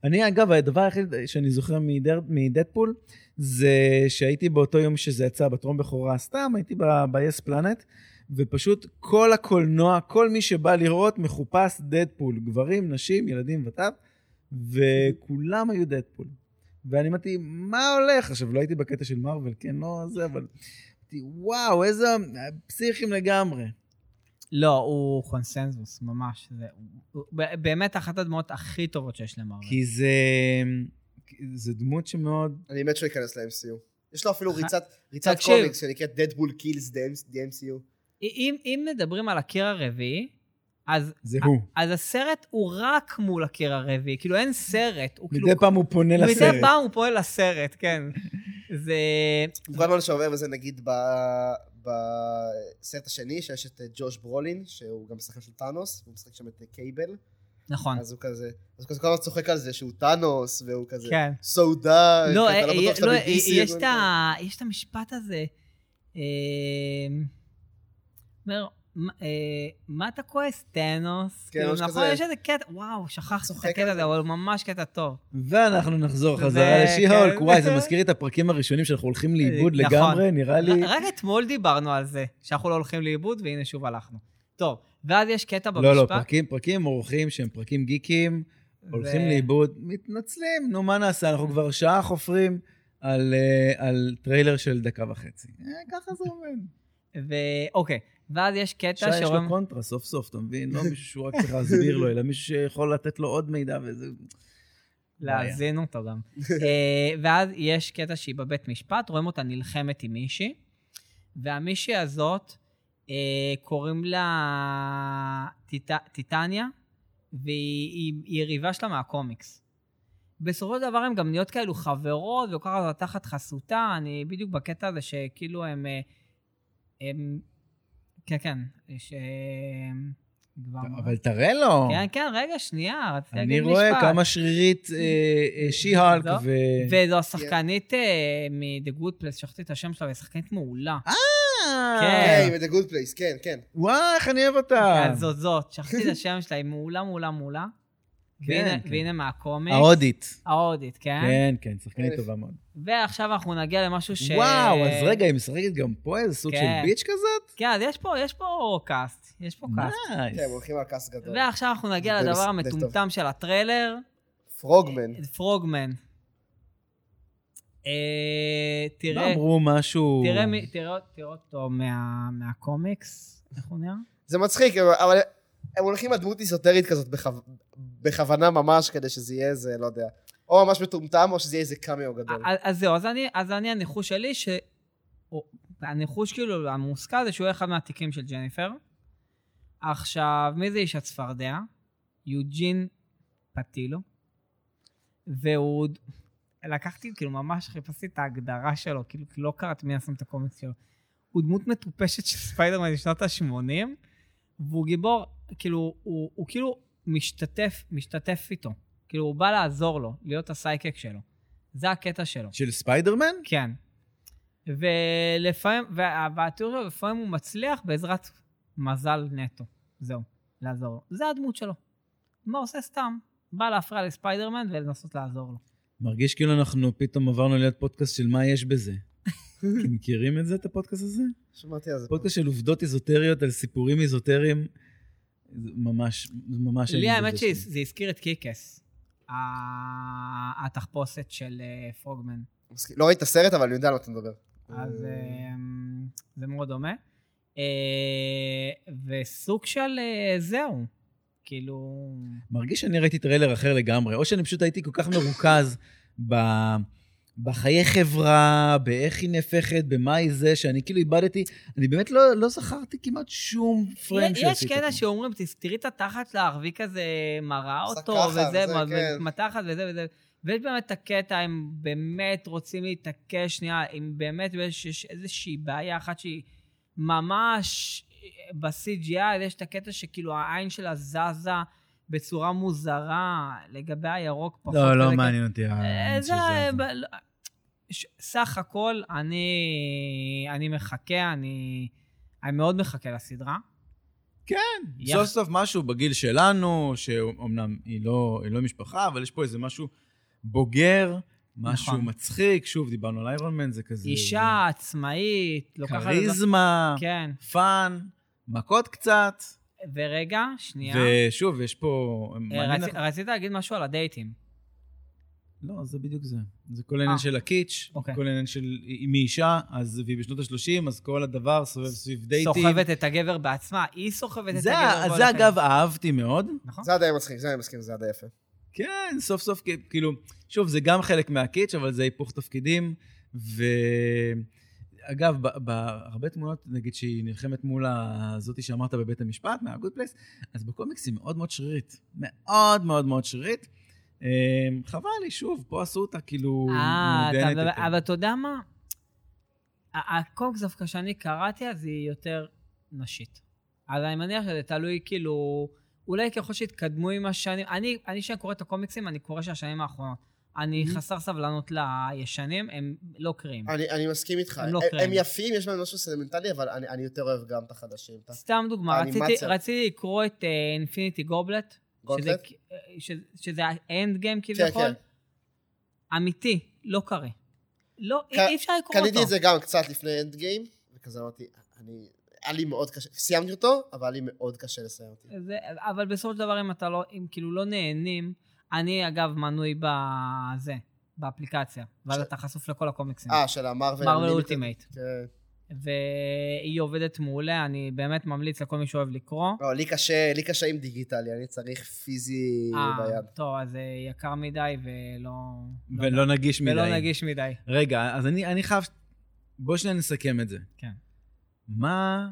A: אני, אגב, הדבר היחיד שאני זוכר מדר- מדדפול, זה שהייתי באותו יום שזה יצא בטרום בכורה סתם, הייתי ב-yes planet, ופשוט כל הקולנוע, כל מי שבא לראות, מחופש דדפול. גברים, נשים, ילדים וטף, וכולם היו דדפול. ואני אמרתי, מה הולך? עכשיו, לא הייתי בקטע של מארוול, כן, לא זה, אבל... אמרתי, וואו, איזה פסיכים לגמרי.
B: לא, הוא קונסנזוס, ממש. זה, הוא, ב- באמת אחת הדמויות הכי טובות שיש למרוויל.
A: כי זה... זה דמות שמאוד...
C: אני מת שהוא ייכנס ל-MCU. יש לו אפילו
B: ח-
C: ריצת- ריצת
B: אה, תקשיב.
C: קומיקס שנקראת דדבול קילס DMCU.
B: אם, אם מדברים על הקיר הרביעי, אז,
A: זה הוא.
B: אז הסרט הוא רק מול הקיר הרביעי, כאילו אין סרט. הוא כאילו,
A: מדי פעם הוא פונה לסרט.
B: מדי פעם הוא פועל לסרט, כן. זה...
C: כל הזמן שעובר וזה נגיד ב- בסרט השני, שיש את אה, ג'וש ברולין, שהוא גם משחק של טאנוס, הוא משחק שם את אה, קייבל,
B: נכון.
C: אז הוא כזה, אז הוא כזה כל הזמן צוחק על זה שהוא טאנוס, והוא כזה,
B: כן.
C: so dark,
B: לא,
C: אתה
B: אה,
C: לא
B: אה,
C: בטוח שאתה
B: לא, אה,
C: בדיסי.
B: יש את ה- יש את המשפט הזה, אה, אומר, "מה- אה, מה אתה כועס, טאנוס?
C: כן,
B: כאילו,
C: ממש
B: נכון,
C: כזה.
B: יש איזה קטע, וואו, שכחתי את
C: צוחק
B: הקטע
C: על
B: הזה,
C: זה.
B: אבל הוא ממש קטע טוב.
A: ואנחנו נחזור
B: זה-
A: חזרה לשי-הולק.
B: כן.
A: וואי, זה מזכיר לי את הפרקים הראשונים שאנחנו הולכים לאיבוד
B: אה, נכון.
A: לגמרי, נראה לי...
B: ר- רק אתמול דיברנו על זה, שאנחנו לא הולכים לאיבוד, והנה שוב הלכנו. טוב, ואז יש קטע אה, במשפט.
A: לא, לא, פרקים, פרקים אורחים שהם פרקים גיקים, הולכים
B: ו-
A: לאיבוד, מתנצלים, נו, מה נעשה? אנחנו כבר שעה חופרים על, אה, על טריילר של דקה וחצי. אה, ככה זה עובד.
B: ואוקיי, אוקיי, ואז יש
A: שי,
B: קטע
A: יש לו
B: שרואים...
A: קונטרה סוף סוף, אתה מבין? לא מישהו שהוא רק צריך להסביר לו, אלא מישהו שיכול לתת לו עוד מידע וזה...
B: להאזין אותו גם. אה, ואז יש קטע שהיא בבית משפט, רואים אותה נלחמת עם מישהי, והמישהי הזאת, אה, קוראים לה טיט- טיטניה, והיא היא- היא יריבה שלה מהקומיקס. בסופו של דבר הן גם נהיות כאלו חברות, ולוקחת אותה תחת חסותה, אני בדיוק בקטע הזה שכאילו הם... אה, הם... כן, כן, יש... אה, כבר... לא.
A: אבל תראה לו.
B: כן, כן, רגע, שנייה, רציתי להגיד
A: אני
B: משפט. אה,
A: רואה כמה שרירית שי-הלק
B: זו?
A: ו...
B: וזו השחקנית אה, מ-The Good Place, שכחתי את השם שלה, והיא שחקנית מעולה.
A: אה,
B: כן.
C: היי, ו-The Good Place, כן, כן.
A: וואי, איך אני אוהב אותה.
B: אז זאת זאת, אה, שכחתי את השם שלה, היא מעולה, מעולה, מעולה.
A: כן,
B: והנה-
A: כן.
B: והנה מהקומיקס.
A: ההודית.
B: ההודית, כן.
A: כן, כן, שחקנית
C: אלף.
A: טובה מאוד.
B: ועכשיו אנחנו נגיע למשהו ש...
A: וואו, אז רגע, היא משחקת גם פה איזה סוג
B: כן.
A: של ביץ' כזאת?
B: כן, אז יש פה, יש פה קאסט, יש פה קאסט.
A: נייס.
C: כן, הם הולכים על כעס גדול.
B: ועכשיו אנחנו נגיע
C: זה
B: לדבר
C: טוב.
B: המטומטם של הטריילר,
C: פרוגמן.
B: פרוגמן. אה,
A: לא
B: תראה,
A: אמרו משהו...
B: תראה מי- תראה- תראה אותו מה- מהקומיקס, איך הוא נראה?
C: זה מצחיק, אבל- אבל הם הולכים על דמות איזוטרית כזאת בכו- בכוונה ממש, כדי שזה יהיה איזה, לא יודע. או ממש מטומטם, או שזה יהיה איזה קאמיו גדול.
B: אז- אז זהו, אז אני, אז אני הניחוש שלי, ש... או- הניחוש כאילו המושכל זה שהוא יהיה אחד מהתיקים של ג'ניפר. עכשיו, מי זה איש הצפרדע? יוג'ין פטילו. והוא... לקחתי, כאילו, ממש חיפשתי את ההגדרה שלו, כאילו, כי לא קראתי מי עשם את הקומיקס שלו. הוא דמות מטופשת של ספיידרמן משנות ה-80, והוא גיבור, כאילו, הוא, הוא כאילו משתתף, משתתף איתו. כאילו, הוא בא לעזור לו, להיות הסייקק שלו. זה הקטע שלו.
A: של ספיידרמן?
B: כן. ולפעמים, וה- והתיאור שלו, לפעמים הוא מצליח בעזרת מזל נטו. זהו, לעזור לו. זה הדמות שלו. מה עושה סתם? בא להפריע לספיידרמן ולנסות לעזור לו.
A: מרגיש כאילו אנחנו פתאום עברנו להיות פודקאסט של מה יש בזה. אתם מכירים את זה, את הפודקאסט הזה?
B: אה,
C: שמעתי על זה.
A: פודקאסט של עובדות איזוטריות על סיפורים איזוטריים. זה ממש, זה ממש...
B: לי
A: אני
B: האמת
A: מזוזה שלי.
B: שזה הזכיר את קיקס, ה- התחפושת של אה, פרוגמן.
C: מסכים. לא ראיתי את הסרט, אבל אני יודע על מה אתה מדבר.
B: אז
C: אה,
B: אמ, זה מאוד דומה. אה, וסוג של אה, זהו. כאילו...
A: מרגיש שאני ראיתי טריילר אחר לגמרי, או שאני פשוט הייתי כל כך מרוכז ב... בחיי חברה, באיך היא נהפכת, במה היא זה, שאני כאילו איבדתי, אני באמת לא, לא זכרתי כמעט שום פריים
B: יש
A: שעשית.
B: כאלה שאומרים, "ת- תראי את התחת לערבי כזה, מראה
C: עושה
B: אותו,
C: ככה,
B: וזה,
C: וזה,
B: מה-
C: כן.
B: מתחת וזה וזה. ויש באמת את הקטע, הם באמת רוצים להתעקש שנייה, אם באמת יש יש איזושהי בעיה אחת שהיא ממש אה, ב-CGI, יש את הקטע שכאילו העין שלה זזה בצורה מוזרה, לגבי הירוק פחות.
A: לא, לא
B: לגבי-
A: מעניין אותי.
B: אה,
A: האנשים
B: זה...
A: שזה.
B: ב- לא- ש- סך הכל, אני, אני מחכה, אני, אני מאוד מחכה לסדרה.
A: כן,
B: יח-
A: סוף סוף משהו בגיל שלנו, שאומנם היא לא, היא לא משפחה, אבל יש פה איזה משהו בוגר, משהו
B: נכון.
A: מצחיק, שוב, דיברנו על איירון מן, זה כזה...
B: אישה לא עצמאית,
A: זה-
B: לוקחת... את זה-
A: כריזמה,
B: כן.
A: פאן, מכות קצת,
B: ורגע, שנייה.
A: ושוב, יש פה...
B: אה,
A: מעניין
B: רצ-
A: לך-
B: רצית להגיד משהו על הדייטים.
A: לא, זה בדיוק זה. זה כל העניין
B: אה.
A: של הקיץ',
B: אוקיי.
A: כל העניין של אם היא אישה, אז והיא בשנות ה-30, אז כל הדבר סובב סביב דייטים.
B: סוחבת את הגבר בעצמה, היא סוחבת את
A: זה,
B: הגבר.
A: זה
B: בעצמה.
A: אגב אהבתי מאוד.
B: נכון?
C: זה עדיין מצחיק, זה אני מסכים, זה עדיין יפה.
B: אה.
A: כן, סוף סוף, כ- כאילו, שוב, זה גם חלק מהקיץ', אבל זה היפוך תפקידים. ואגב, בהרבה תמונות, נגיד שהיא נלחמת מול הזאתי שאמרת בבית המשפט, מהגוד פלייס, אז בקומיקס היא מאוד מאוד שרירית. מאוד מאוד מאוד שרירית. אה, חבל לי, שוב, פה עשו אותה כאילו
B: אה, אתה
A: מעודנת
B: מדבר-
A: יותר.
B: אבל אתה יודע מה? ה- הקוקס דווקא שאני קראתי, אז היא יותר נשית. אז אני מניח שזה תלוי כאילו, אולי ככל שהתקדמו עם השנים, אני, אני כשאני קורא את הקומיקסים, אני קורא של השנים האחרונות. אני
A: Mhm.
B: חסר סבלנות לישנים, הם לא קריאים.
C: אני אני מסכים איתך.
B: הם לא
C: הם-
B: קרעים.
C: הם יפים, יש בהם משהו סלמנטלי, אבל אני אני יותר אוהב גם את החדשים. את
B: סתם דוגמה, רציתי-
C: האנימציה.
B: רציתי לקרוא את אינפיניטי גובלט, שזה-
C: הגונטלט.
B: אה, ש- שזה האנד
C: כן,
B: גיים כביכול. אמיתי, לא קריא. לא, אי- אי אפשר לקרוא אותו.
C: קניתי את זה גם קצת לפני אנד גיים, וכזה אמרתי, אני... היה לי מאוד קשה, סיימתי אותו, אבל היה לי מאוד קשה לסיים אותי.
B: זה, אבל בסופו של דבר, אם אתה לא, אם כאילו לא נהנים, אני אגב מנוי בזה, באפליקציה, ואז
C: ש-
B: אתה חשוף לכל הקומיקסים.
C: אה, של המרוויל.
B: מרוויל אולטימייט.
C: כן.
B: והיא עובדת מעולה, אני באמת ממליץ לכל מי שאוהב לקרוא.
C: לא, לי קשה, לי קשה עם דיגיטלי, אני צריך פיזי ביד.
B: אה, טוב, אז זה יקר מדי ולא...
A: ולא נגיש מדי.
B: ולא נגיש מדי.
A: רגע, אז אני, אני חייב... בוא שניה נסכם את זה.
B: כן.
A: מה...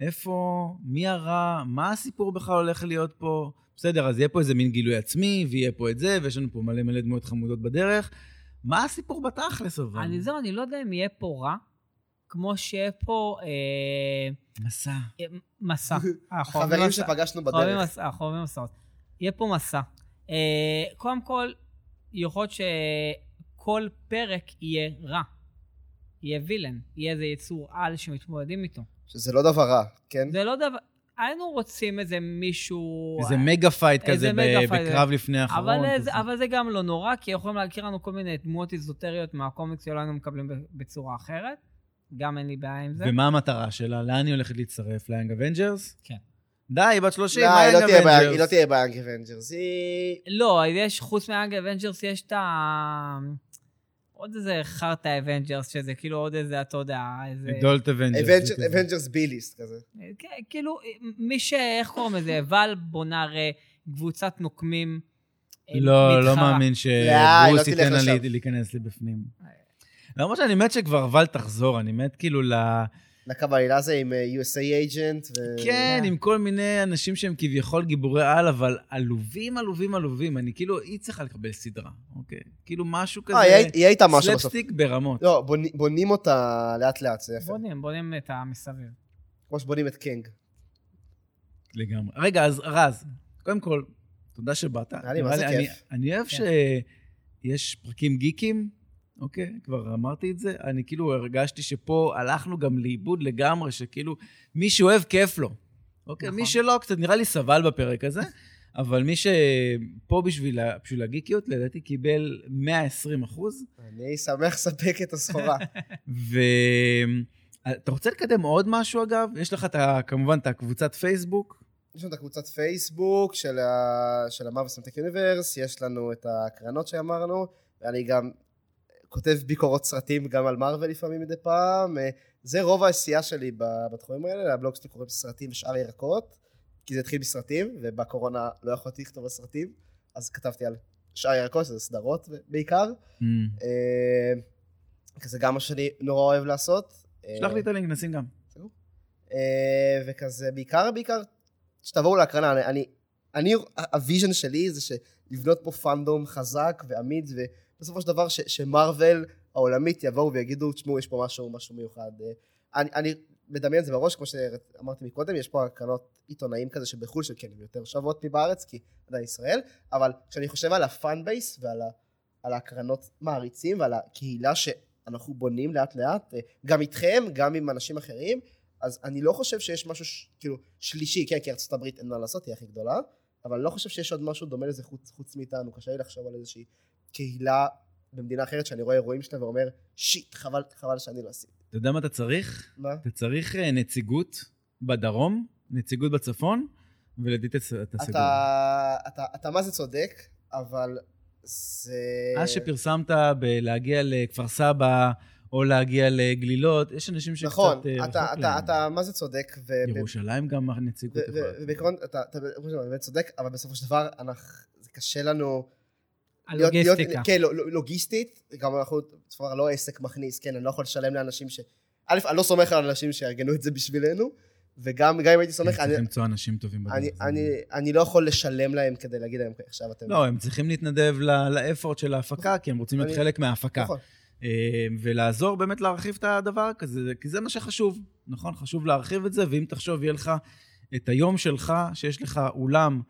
A: איפה, מי הרע, מה הסיפור בכלל הולך להיות פה. בסדר, אז יהיה פה איזה מין גילוי עצמי, ויהיה פה את זה, ויש לנו פה מלא מלא דמויות חמודות בדרך. מה הסיפור בתכלס אבל?
B: אני זהו, אני לא יודע אם יהיה פה רע, כמו שיהיה פה אה,
A: מסע.
B: אה, מסע. אה, חובבי
C: חברים
B: מסע.
C: שפגשנו
B: חובבי
C: בדרך.
B: מסע, חובבי מסעות. יהיה פה מסע. אה, קודם כל, יכול להיות שכל פרק יהיה רע. יהיה וילן, יהיה איזה יצור על שמתמודדים איתו.
A: אוקיי.
C: שזה לא דבר רע, כן?
B: זה לא דבר... היינו רוצים איזה מישהו...
A: איזה מגה פייט
B: איזה
A: כזה ב-
B: מגה פייט.
A: בקרב לפני האחרון.
B: אבל,
A: כזה.
B: זה, אבל זה גם לא נורא, כי יכולים להכיר לנו כל מיני דמויות איזוטריות מהקומיקס שלא היינו מקבלים ב- בצורה אחרת. גם אין לי בעיה עם זה.
A: ומה המטרה שלה? לאן היא הולכת להצטרף? ליאנג אבנג'רס?
B: כן.
A: די, בת 30,
C: לא,
A: מה
C: היא
A: יאנג
C: לא תהיה ב- היא לא
A: אבנג'רס?
C: תהיה ביאנג אבנג'רס, היא...
B: לא, יש, חוץ מהאנג אבנג'רס יש את ה... עוד איזה חרטא אבנג'רס, שזה כאילו עוד איזה, אתה יודע, איזה...
A: אדולט אבנג'רס. זה כזה.
C: אבנג'רס ביליסט כזה.
B: כן, כאילו, מי ש... איך קוראים לזה? ואל בונה הרי קבוצת נוקמים. אה,
A: לא, לא
B: מתחרה.
A: מאמין
C: לא, היא לא
A: שברוס
C: תלך
A: ייתן לה
C: לשם. אה.
A: לי- להיכנס לי בפנים. למרות שאני מת שכבר אבל תחזור, אני מת כאילו ל...
C: אה, לקו העלילה הזה עם אה, USA agent, ו...
A: כן,
B: אה.
A: עם כל מיני אנשים שהם כביכול גיבורי על, אבל עלובים, עלובים, עלובים. אני כאילו, היא צריכה לקבל סדרה, אוקיי? כאילו משהו כזה...
C: אה, יהיה- יהיה איתה משהו בסוף.
A: סלפסטיק ברמות.
C: לא, בוני- בונים אותה לאט לאט, זה יפה.
B: בונים, בונים את המסביב.
C: כמו שבונים את קינג.
A: לגמרי. רגע, אז רז, קודם כל, תודה שבאת.
C: היה לי מה
A: נראה
C: זה
A: אני-
C: כיף.
A: אני אוהב
B: כן.
A: שיש פרקים גיקים, אוקיי? כבר אמרתי את זה. אני כאילו הרגשתי שפה הלכנו גם לאיבוד לגמרי, שכאילו, מי שאוהב, כיף לו. אוקיי?
B: נכון.
A: מי שלא, קצת נראה לי סבל בפרק הזה, אבל מי שפה בשביל, ה- בשביל הגיקיות, לדעתי קיבל 120 אחוז.
C: אני שמח לספק את הסחורה.
A: ואתה אה, רוצה לקדם עוד משהו, אגב? יש לך את ה- כמובן את הקבוצת פייסבוק.
C: יש לנו את הקבוצת פייסבוק של, ה... של המאבס סמטק יוניברס, יש לנו את הקרנות שאמרנו, ואני גם כותב ביקורות סרטים גם על מארוול לפעמים מדי פעם. אה, זה רוב העשייה שלי ב- בתחומים האלה, הבלוג שלי קוראים סרטים ושאר ירקות, כי זה התחיל מסרטים, ובקורונה לא יכולתי לכתוב על סרטים, אז כתבתי על שאר ירקות, שזה סדרות בעיקר. אה, כזה גם מה שאני נורא אוהב לעשות.
A: שלח לי את הלינק, נשים גם.
C: אה, וכזה, בעיקר, בעיקר, שתבואו להקרנה, אני, אני, אני ה- הוויז'ן שלי זה שלבנות פה פאנדום חזק ואמיד, ובסופו של דבר ש, שמרוול העולמית יבואו ויגידו, תשמעו, יש פה משהו, משהו מיוחד. אה, אני, אני מדמיין את זה בראש, כמו שאמרתי מקודם, יש פה הקרנות עיתונאים כזה שבחו"ל, שכן, הן יותר שוות מבארץ, כי עדיין ישראל, אבל כשאני חושב על הפאן בייס ועל ה, על ההקרנות מעריצים ועל הקהילה שאנחנו בונים לאט לאט, אה, גם איתכם, גם עם אנשים אחרים, אז אני לא חושב שיש משהו ש... כאילו שלישי, כן, כי ארצות הברית אין מה לעשות, היא הכי גדולה, אבל אני לא חושב שיש עוד משהו דומה לזה חוץ, חוץ מאיתנו, קשה לי לחשוב על איזושהי קהילה במדינה אחרת שאני רואה אירועים שלה ואומר, שיט, חבל, חבל שאני לא עשיתי.
A: אתה יודע מה אתה צריך?
C: מה?
A: אתה צריך אה, נציגות בדרום, נציגות בצפון, ולדעתי אתה ס- אתה סגור.
C: אתה, אתה, אתה מה זה צודק, אבל זה...
A: אז שפרסמת בלהגיע לכפר סבא, או להגיע לגלילות, יש אנשים שקצת...
C: נכון,
A: אה,
C: אתה,
A: רחוק
C: אתה, אתה, אה,
A: להם.
C: אתה מה זה צודק, ו-
A: ירושלים גם
C: ו-
A: הנציגות
C: ו-
A: יכולה.
C: ובעיקרון אתה, אתה, כמו שאמרת, באמת צודק, אבל בסופו של דבר אנחנו, זה קשה לנו... להיות- להיות-
B: הלוגיסטיקה.
C: כן, ל- ל- לוגיסטית, גם אנחנו בסופו של דבר לא עסק מכניס, כן, אני לא יכול לשלם לאנשים ש... א', אני לא סומך על אנשים שיארגנו את זה בשבילנו, וגם גם אם הייתי סומך,
A: צריך
C: אני,
A: למצוא אנשים טובים בדרך.
C: אני,
A: זה-
C: אני, אני לא יכול לשלם להם כדי להגיד להם, "אוקיי, עכשיו אתם...
A: לא, הם צריכים להתנדב ל- לאפורט של ההפקה, כי הם רוצים להיות
C: אני-
A: חלק מההפקה.
C: נכון.
A: אה, ולעזור באמת להרחיב את הדבר כזה, כי זה מה שחשוב, נכון? חשוב להרחיב את זה, ואם תחשוב, יהיה לך את היום שלך, שיש לך אולם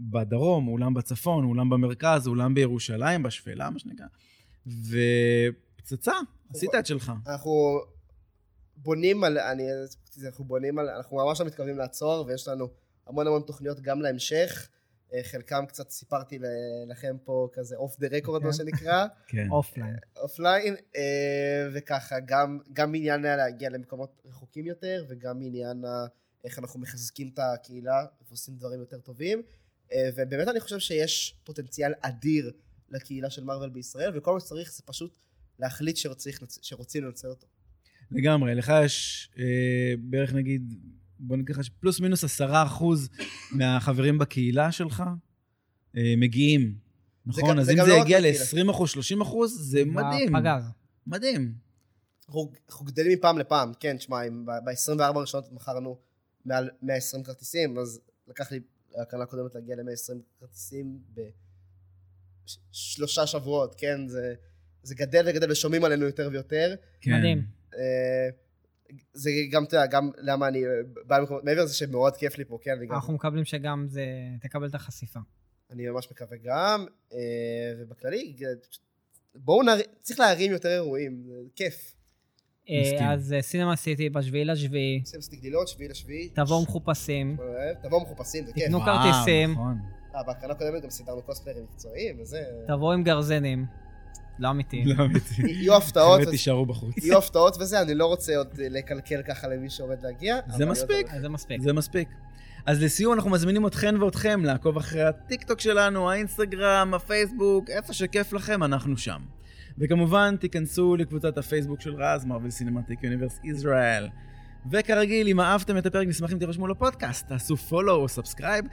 A: בדרום, אולם בצפון, אולם במרכז, אולם בירושלים, בשפלה, מה שנקרא, ופצצה, עשית את שלך.
C: אנחנו בונים על, אני, אנחנו בונים על, אנחנו ממש לא מתכוונים לעצור, ויש לנו המון המון תוכניות גם להמשך. אה, חלקם קצת סיפרתי ל- לכם פה כזה אוף דה רקורד, מה
B: כן.
C: שנקרא.
A: כן.
B: אופליין.
C: אופליין, אה, וככה, גם, גם עניין להגיע למקומות רחוקים יותר, וגם עניין ה- איך אנחנו מחזקים את הקהילה ועושים דברים יותר טובים. אה, ובאמת אני חושב שיש פוטנציאל אדיר לקהילה של מארוול בישראל, וכל מה שצריך זה פשוט להחליט שצריך, לצ- שרוצים לנצל אותו.
A: לגמרי, לך יש אה, בערך נגיד, בוא נגיד לך שפלוס מינוס עשרה אחוז מהחברים בקהילה שלך אה, מגיעים, נכון?
C: גם-
A: אז
C: זה
A: אם
C: גם
A: זה
C: לא רק
A: יגיע
C: בקהילה.
A: ל-20 אחוז, 30 אחוז, זה מדהים.
B: בפגז.
A: מדהים.
C: אנחנו אנחנו גדלים מפעם לפעם, כן, תשמע, ב-24 הראשונות מכרנו, מעל 120 כרטיסים, אז לקח לי הקרנה הקודמת להגיע ל-120 כרטיסים בשלושה שבועות, כן? זה, זה גדל וגדל ושומעים עלינו יותר ויותר.
A: כן.
B: מדהים.
C: אה, זה גם, אתה יודע, גם למה אני אה, בא למקומות, מעבר לזה שמאוד כיף לי פה, כן? אני גם
B: אנחנו מקבלים שגם זה, תקבל את החשיפה.
C: אני ממש מקווה גם, אה, ובכללי, אה, בואו נראה, צריך להרים יותר אירועים, זה כיף.
B: אה,
A: מסכים.
B: אז אה, סינמה סיטי בשביעי לשביעי,
C: עושים מספיק גדילות, שביעי לשביעי.
B: תבואו מחופשים.
C: אה, תבואו מחופשים, זה כיף.
B: תקנו. נו,
A: וואו,
B: כרטיסים.
A: נכון.
C: אה, בהקרנה הקודמת גם סידרנו קוספלרים מקצועיים, וזה...
B: תבואו עם גרזנים. לא אמיתי.
A: לא אמיתי.
C: יהיו הפתעות,
A: באמת תישארו בחוץ.
C: יהיו הפתעות וזה, אני לא רוצה עוד לקלקל ככה למי שעומד להגיע. אבל
A: מספיק.
B: אז אה, זה מספיק.
A: זה מספיק. אז לסיום אנחנו מזמינים אתכן ואתכם לעקוב אחרי הטיקטוק שלנו, האינסטגרם, הפייסבוק, איפה שכיף לכם, אנחנו שם. וכמובן, תיכנסו לקבוצת הפייסבוק של רז, מרוויל סינמטיק יוניברס ישראל. וכרגיל, אם אהבתם את הפרק, נשמח אם תירשמו לפודקאסט, תעשו follow או סאבסקרייב,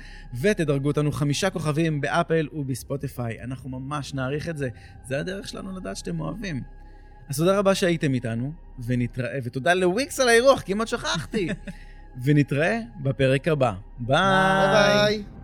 A: ותדרגו אותנו חמישה כוכבים באפל ובספוטיפיי. אנחנו ממש נעריך את זה, זה הדרך שלנו לדעת שאתם אוהבים. אז תודה רבה שהייתם איתנו, ונתראה, ותודה לוויקס על האירוח, כמעט שכחתי. ונתראה בפרק הבא. ביי.
C: ביי ביי.